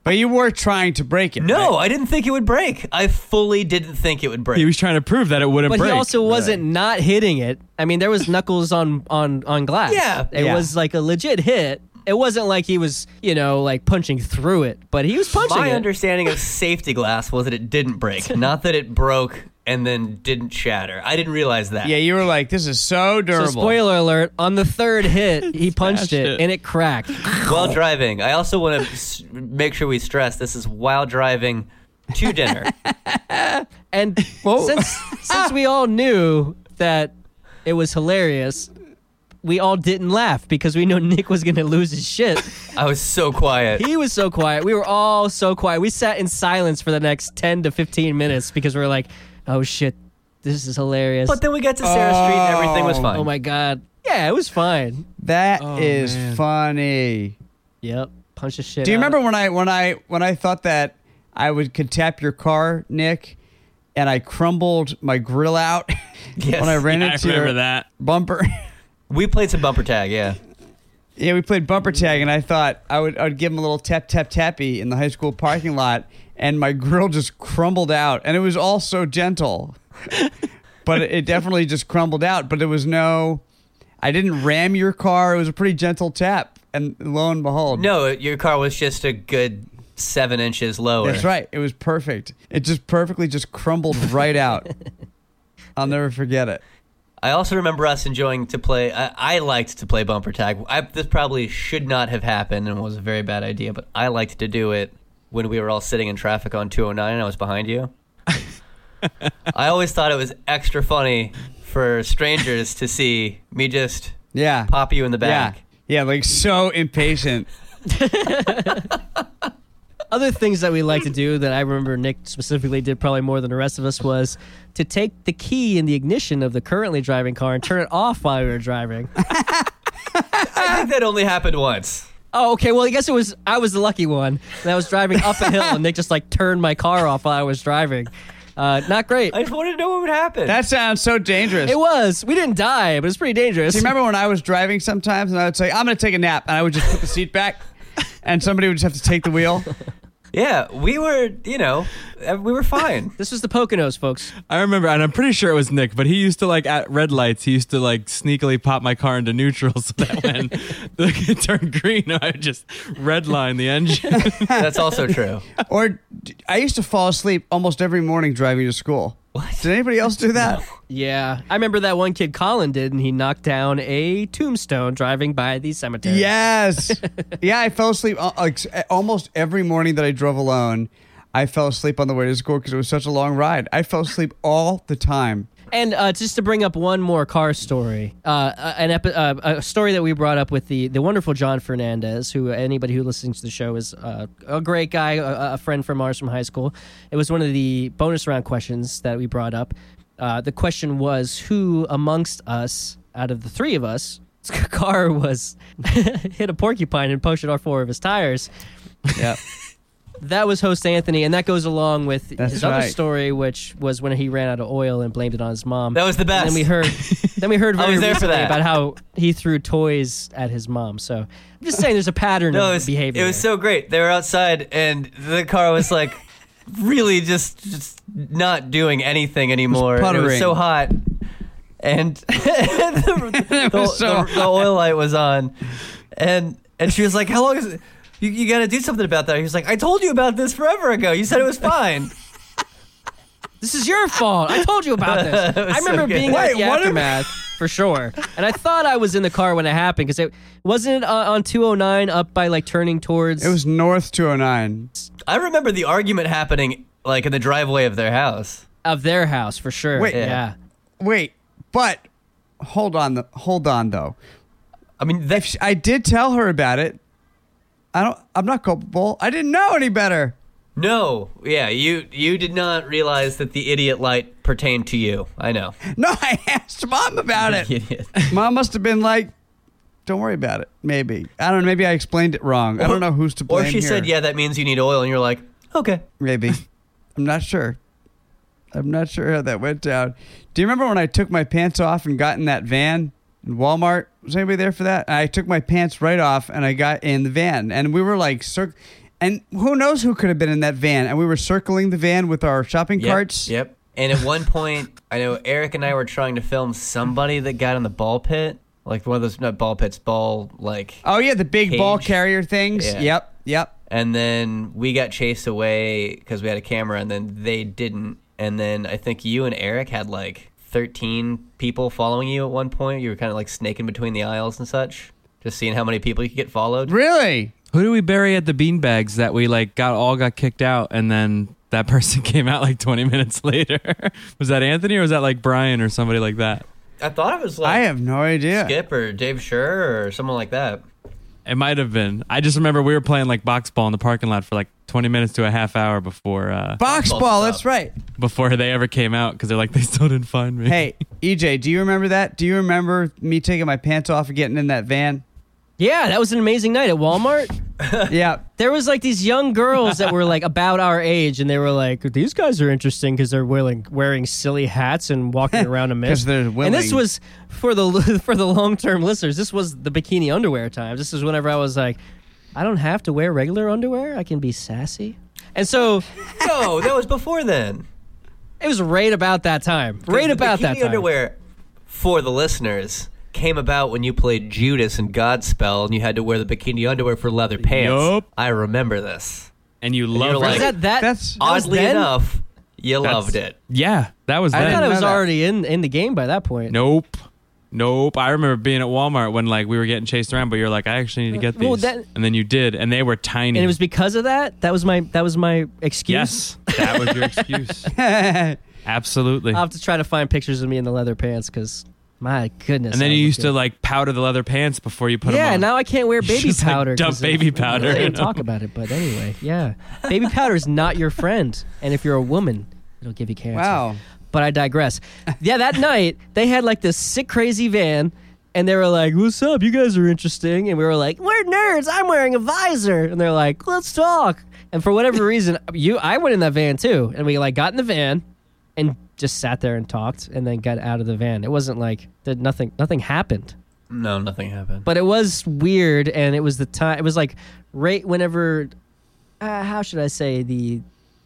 but you were trying to break it. right?
No, I didn't think it would break. I fully didn't think it would break.
He was trying to prove that it wouldn't
But
break.
he also wasn't not hitting it. I mean, there was knuckles on on on glass.
Yeah.
it
Yeah.
was like a legit hit. It wasn't like he was you know like punching through it, but he was punching
My
it.
understanding of safety glass was that it didn't break, not that it broke and then didn't shatter. I didn't realize that.
Yeah, you were like, this is so
So
durable.
spoiler alert, on the third hit, he punched
Smashed
it,
it.
and it cracked.
While driving, I also want to s- make sure we stress this is while driving to dinner.
And since since we all knew that it was hilarious, we all didn't laugh because we knew Nick was gonna lose his shit.
I was so quiet.
He was so quiet. We were all so quiet. We sat in silence for the next ten to fifteen minutes because we were like, Oh shit, this is hilarious.
But then we got to Sarah Street and everything was fine.
oh my god. Yeah, it was fine.
That
Oh,
is
man.
funny.
Yep. Punch the shit.
Do you
out.
remember when I when I when I thought that I would could tap your car, Nick, and I crumbled my grill out
Yes.
when I ran
I
into
remember
your
that.
bumper?
We played some bumper tag, yeah.
yeah, we played bumper tag, and I thought I would I would give him a little tap tap tappy in the high school parking lot, and my grill just crumbled out, and it was all so gentle, but it, it definitely just crumbled out. But it was no, I didn't ram your car. It was a pretty gentle tap, and lo and behold,
No, your car was just a good seven inches lower.
That's right. It was perfect. It just perfectly just crumbled right out. I'll never forget it.
I also remember us enjoying to play. I, I liked to play bumper tag. I, this probably should not have happened and was a very bad idea, but I liked to do it when we were all sitting in traffic on 209 and I was behind you. I always thought it was extra funny for strangers to see me just
Yeah.
pop you in the
yeah.
back.
Yeah, like so impatient.
other things that we like to do that I remember Nick specifically did probably more than the rest of us was to take the key in the ignition of the currently driving car and turn it off while we were driving.
I think that only happened once.
oh, okay. Well, I guess it was I was the lucky one. And I was driving up a hill and Nick just like turned my car off while I was driving. Uh, not great.
I just wanted to know what would happen.
That sounds so dangerous.
it was. We didn't die, but it's pretty dangerous.
Do you remember when I was driving sometimes and I would say, I'm going to take a nap? And I would just put the seat back and somebody would just have to take the wheel.
yeah, we were, you know, we were fine.
This was the Poconos, folks.
I remember, and I'm pretty sure it was Nick, but he used to like at red lights. He used to like sneakily pop my car into neutral so that when it turned green, I would just redline the engine.
That's also true.
Or d- I used to fall asleep almost every morning driving to school. Did anybody else do that?
Yeah, I remember that one kid Colin did, and he knocked down a tombstone driving by the cemetery.
Yes. yeah, I fell asleep uh, like, s- almost every morning that I drove alone. I fell asleep on the way to school because it was such a long ride. I fell asleep all the time.
And uh, just to bring up one more car story, uh, an epi- uh, a story that we brought up with the the wonderful John Fernandez, who uh, anybody who listens to the show is uh, a great guy, a, a friend from ours from high school. It was one of the bonus round questions that we brought up. Uh, the question was, who amongst us, out of the three of us, car was hit a porcupine and punctured all four of his tires.
Yeah.
That was host Anthony, and that goes along with
That's
his other
right.
story, which was when he ran out of oil and blamed it on his mom.
That was the best.
And then we heard, then we heard
I
very
was there for
recently
that.
about how he threw toys at his mom. So I'm just saying, there's a pattern
No,
of
it was,
behavior.
it was so great. They were outside, and the car was like really just, just not doing anything anymore. and It was,
puttering.
so hot, and the, the,
was so
the- the oil light was on, and and she was like, "How long is it? You, you got to do something about that." He was like, "I told you about this forever ago. You said it was fine."
this is your fault. I told you about this.
That was
I
so
remember
good.
being
Wait,
at the
what if-
aftermath for sure, and I thought I was in the car when it happened because it wasn't it on, on 209 up by like turning towards.
It was North 209.
I remember the argument happening like in the driveway of their house.
of their house for sure.
Wait.
yeah.
Yeah.
Wait, but hold on, the, hold on though.
I mean, that,
I did tell her about it. I don't. I'm not culpable. I didn't know any better.
no, yeah, you you did not realize that the idiot light pertained to you. I know.
No, I asked mom about it.
Idiot.
mom must have been like, "Don't worry about it." Maybe I don't. know. Maybe I explained it wrong. I don't know who's to
Or
blame.
she said,
here.
"Yeah, that means you need oil," and you're like, "Okay."
Maybe. I'm not sure. I'm not sure how that went down. Do you remember when I took my pants off and got in that van in Walmart? Was anybody there for that? I took my pants right off and I got in the van and we were like cir- and who knows who could have been in that van and we were circling the van with our shopping
Yep,
carts.
Yep. And at one point, I know Eric and I were trying to film somebody that got in the ball pit, like one of those not ball pits, ball like,
Oh yeah, the big ball
Cage.
carrier things.
Yeah.
Yep. Yep.
and then we got chased away because we had a camera, and then they didn't, and then I think you and Eric had like 13 people following you at one point. You were kind of like snaking between the aisles and such, just seeing how many people you could get followed.
Really?
Who do we bury at the beanbags that we like got all got kicked out and then that person came out like 20 minutes later? was that Anthony or was that like Brian or somebody like that?
I thought it was like
I have no idea.
Skip or Dave Schur or someone like that.
It might have been. I just remember we were playing like box ball in the parking lot for like 20 minutes to a half hour before uh,
Box
Box ball,
ball.
that's right.
before they ever came out because they're like they still didn't find me.
Hey, EJ, do you remember that? Do you remember me taking my pants off and getting in that van?
yeah, that was an amazing night at Walmart.
Yeah.
there was like these young girls that were like about our age, and they were like, "These guys are interesting because they're wearing wearing silly hats and walking around a mist."
'Cause they're
And this
willing.
was for the for the long term listeners. This was the bikini underwear time. This is whenever I was like, "I don't have to wear regular underwear. I can be sassy." And so
No, that was before then.
it was right about that time. Right
The
about that
bikini
time.
underwear for the listeners came about when you played Judas and Godspell and you had to wear the bikini underwear for leather pants.
Yup.
I remember this.
And you love
you're
her.
Was
like-
that that?
That's-
that was
Oddly
then?
enough, you
That's-
loved it.
Yeah, that was
I
then.
thought I was
know that.
already in in the game by that point.
Nope. Nope. I remember being at Walmart when like we were getting chased around, but you're like, I actually need to get these.
Well, that-
and then you did, and they were tiny.
And it was because of that. That was my that was my excuse.
yes, that was your excuse. Absolutely.
I'll have to try to find pictures of me in the leather pants because my goodness.
and then
I
you
look
used
good.
to like powder the leather pants before you put them on.
Yeah, now I can't wear baby
Just, like,
powder.
dump
'cause
baby
it-
powder,
I
you
didn't
know?
talk about it, but anyway, yeah, baby powder is not your friend, and if you're a woman, it'll give you cancer.
Wow.
But I digress. Yeah, that night they had like this sick, crazy van. And they were like, "What's up? You guys are interesting." And we were like, "We're nerds. I'm wearing a visor." And they're like, "Let's talk." And for whatever reason, you, I went in that van too, and we like got in the van and just sat there and talked, and then got out of the van. It wasn't like that. Nothing, nothing happened
No, nothing happened.
but it was weird and it was the time it was like right whenever uh, how should i say the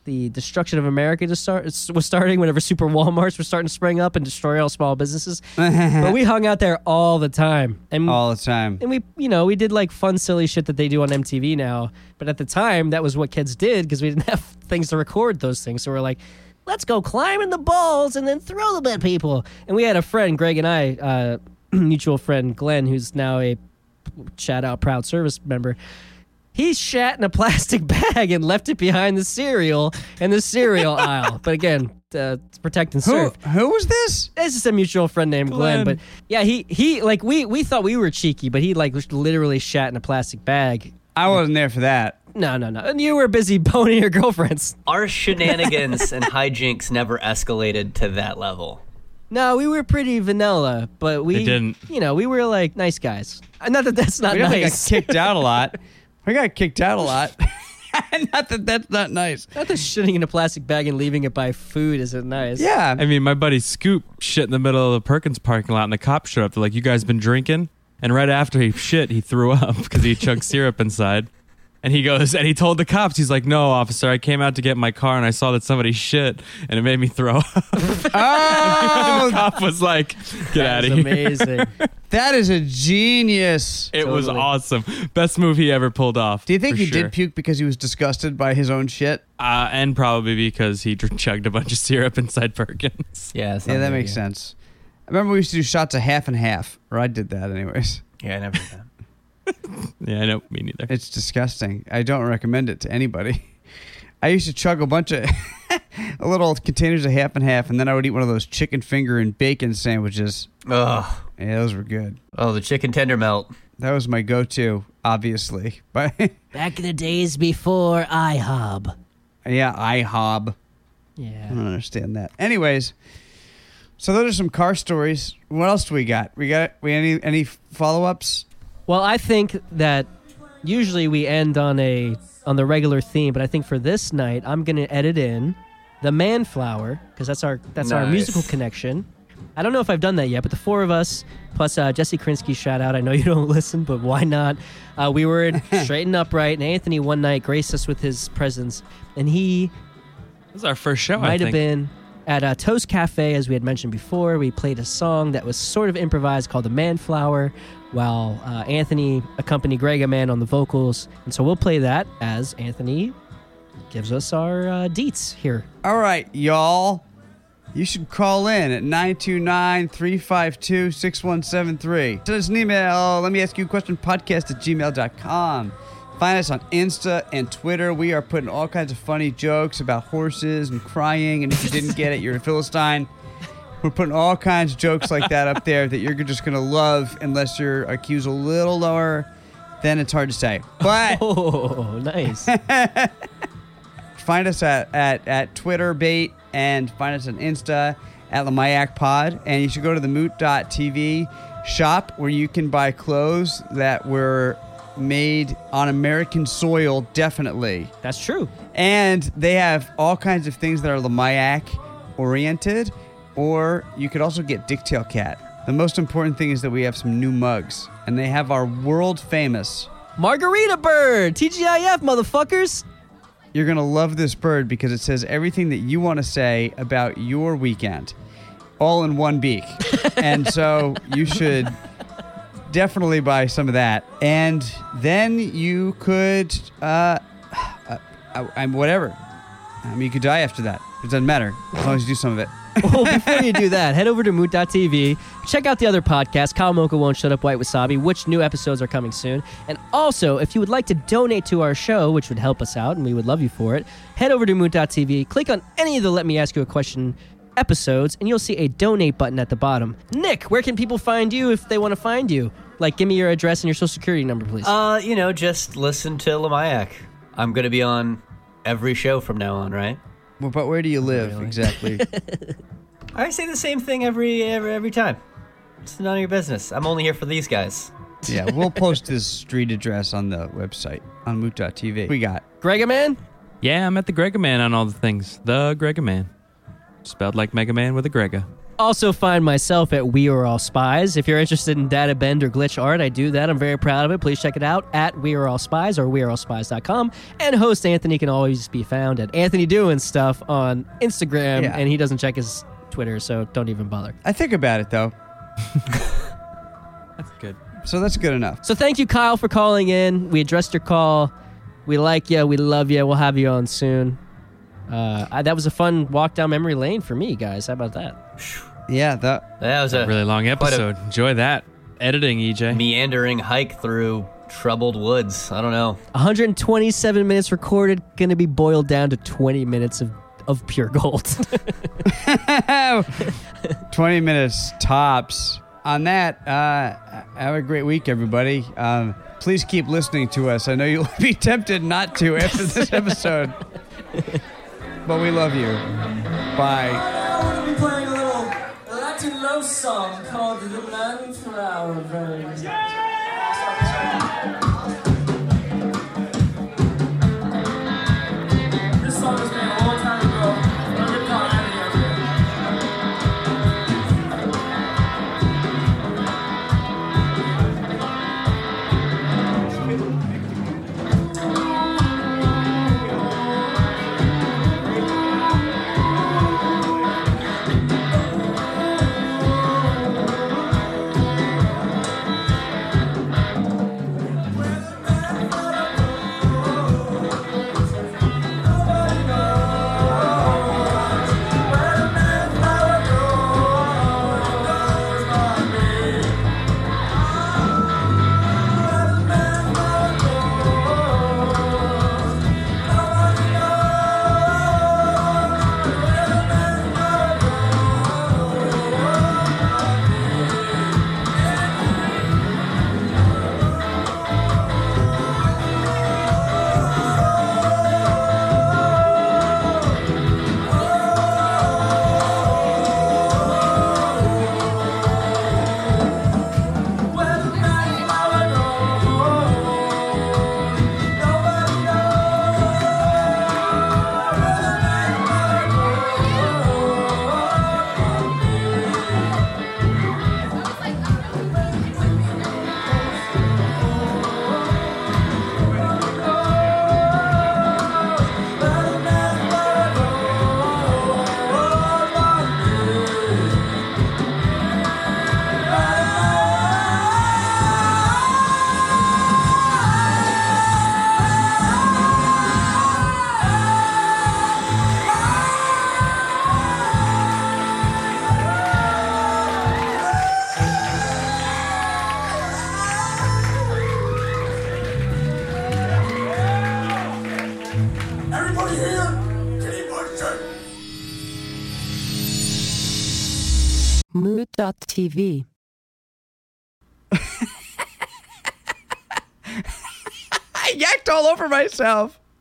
the destruction of america just start, was starting whenever super walmarts were starting to spring up and destroy all small businesses but we hung out there all the time and
All the time.
Mm-hmm. and we you know we did like fun silly shit that they do on MTV now but at the time that was what kids did because we didn't have things to record those things so we're like let's go climb in the balls and then throw them at people. And we had a friend, Greg and I, uh, mutual friend Glenn, who's now a shout out proud service member. He shat in a plastic bag and left it behind the cereal in the cereal aisle. But again, uh, to protect and
Who
serve
who was this?
it's just a mutual friend named Glenn.
Glenn.
But yeah, he he like we we thought we were cheeky, but he like literally shat in a plastic bag.
I wasn't there for that.
No, no, no. And you were busy boning your girlfriends.
Our shenanigans and hijinks never escalated to that level.
No, we were pretty vanilla, but we
They didn't.
You know, we were like nice guys. Uh, Not that that's not
We definitely
nice.
got kicked out a lot. We got kicked out a lot. not that that's not nice.
Not that shitting in a plastic bag and leaving it by food isn't nice.
Yeah.
I mean, my buddy Scoop shit in the middle of the Perkins parking lot, and the cop showed up. They're like, "You guys been drinking?" And right after he shit, he threw up because he chugged syrup inside. And he goes, and he told the cops, he's like, "No, officer, I came out to get my car, and I saw that somebody shit, and it made me throw up." the
oh,
cop was like, "Get out
That
of
was
here."
amazing.
that is a genius.
It was
Totally.
awesome. Best move he ever pulled off.
Do you think
for
he
sure.
did puke because he was disgusted by his own shit?
Uh, and probably because he dr- chugged a bunch of syrup inside Perkins.
Yeah,
Yeah, that makes sense. I remember we used to do shots of half and half, or I did that anyways.
Yeah, I never did that.
Yeah, I know. Me neither.
It's disgusting. I don't recommend it to anybody. I used to chug a bunch of a little containers of half and half, and then I would eat one of those chicken finger and bacon sandwiches.
Ugh.
Yeah, those were good.
Oh, the chicken tender melt.
That was my go-to, obviously. But
Back in the days before IHOB.
yeah, IHOB.
Hmm.
I
Yeah.
don't understand that. Anyways, so those are some car stories. What else do we got? We got we any any follow-ups?
Well, I think that usually we end on a on the regular theme, but I think for this night I'm going to edit in the Manflower because that's our that's our
Nice.
musical connection. I don't know if I've done that yet, but the four of us plus uh, Jesse Krinsky shout out. I know you don't listen, but why not? Uh, we were in straight and upright, and Anthony one night graced us with his presence, and he
This is our first show. I
might have
think.
been at uh, Toast Cafe, as we had mentioned before. We played a song that was sort of improvised called The Manflower, while uh, Anthony accompanied Greg Man on the vocals. And so we'll play that as Anthony gives us our uh, deets here.
All right, y'all. You should call in at 929 352 6173. Send us an email. Let me ask you a question podcast at gmail.com. Find us on Insta and Twitter. We are putting all kinds of funny jokes about horses and crying. And if you didn't get it, you're a Philistine. We're putting all kinds of jokes like that up there that you're just going to love unless your IQ's a little lower. Then it's hard to say. But.
Oh, nice.
find us at, at, at Twitter, bait, and find us on Insta at Lamayak Pod. And you should go to the moot.tv shop where you can buy clothes that were made on American soil, definitely.
That's true.
And they have all kinds of things that are Lamayak oriented, or you could also get Dicktail Cat. The most important thing is that we have some new mugs, and they have our world famous
Margarita Bird, TGIF, motherfuckers.
You're going to love this bird because it says everything that you want to say about your weekend all in one beak. and so you should definitely buy some of that. And then you could, uh, uh, I, I'm whatever. I mean, you could die after that. It doesn't matter as long as you do some of it.
well, before you do that, head over to moot.tv, check out the other podcast, Kyle Mocha Won't Shut Up White Wasabi, which new episodes are coming soon. And also, if you would like to donate to our show, which would help us out and we would love you for it, head over to moot.tv, click on any of the Let Me Ask You a Question episodes, and you'll see a donate button at the bottom. Nick, where can people find you if they want to find you? Like, give me your address and your social security number, please.
Uh, you know, just listen to Lamayak. I'm gonna be on every show from now on, right?
Well, but where do you live exactly?
I say the same thing every every every time. It's none of your business. I'm only here for these guys.
yeah, we'll post his street address on the website on moot.tv. We got
Gregor Man?
Yeah, I'm at the Grega Man on all the things. The Grega Man. Spelled like Mega Man with a Grega.
also find myself at We Are All Spies. If you're interested in data bend or glitch art, I do that. I'm very proud of it. Please check it out at We Are All Spies or WeAreAllSpies.com. And host Anthony can always be found at Anthony Doing Stuff on Instagram,
Yeah.
and he doesn't check his Twitter, so don't even bother.
I think about it though.
That's good.
So that's good enough.
So thank you, Kyle, for calling in. We addressed your call. We like you. We love you. We'll have you on soon. Uh, I, that was a fun walk down memory lane for me, guys. How about that?
Yeah, that
That was a
Really long
quite a
episode. Enjoy that. Editing, E EJ.
meandering hike through troubled woods. I don't know.
127 minutes recorded, going to be boiled down to 20 minutes of, of pure gold.
20 minutes tops. On that, uh, have a great week, everybody. Um, please keep listening to us. I know you'll be tempted not to after this episode, but we love you. Bye.
I want to be playing a little Latin love song called The Manflower Rose. This song was made a long time ago. but I'm gonna call it out of here. Oh,
Everybody here? Can you push it?
Mood.tv.
I yacked all over myself.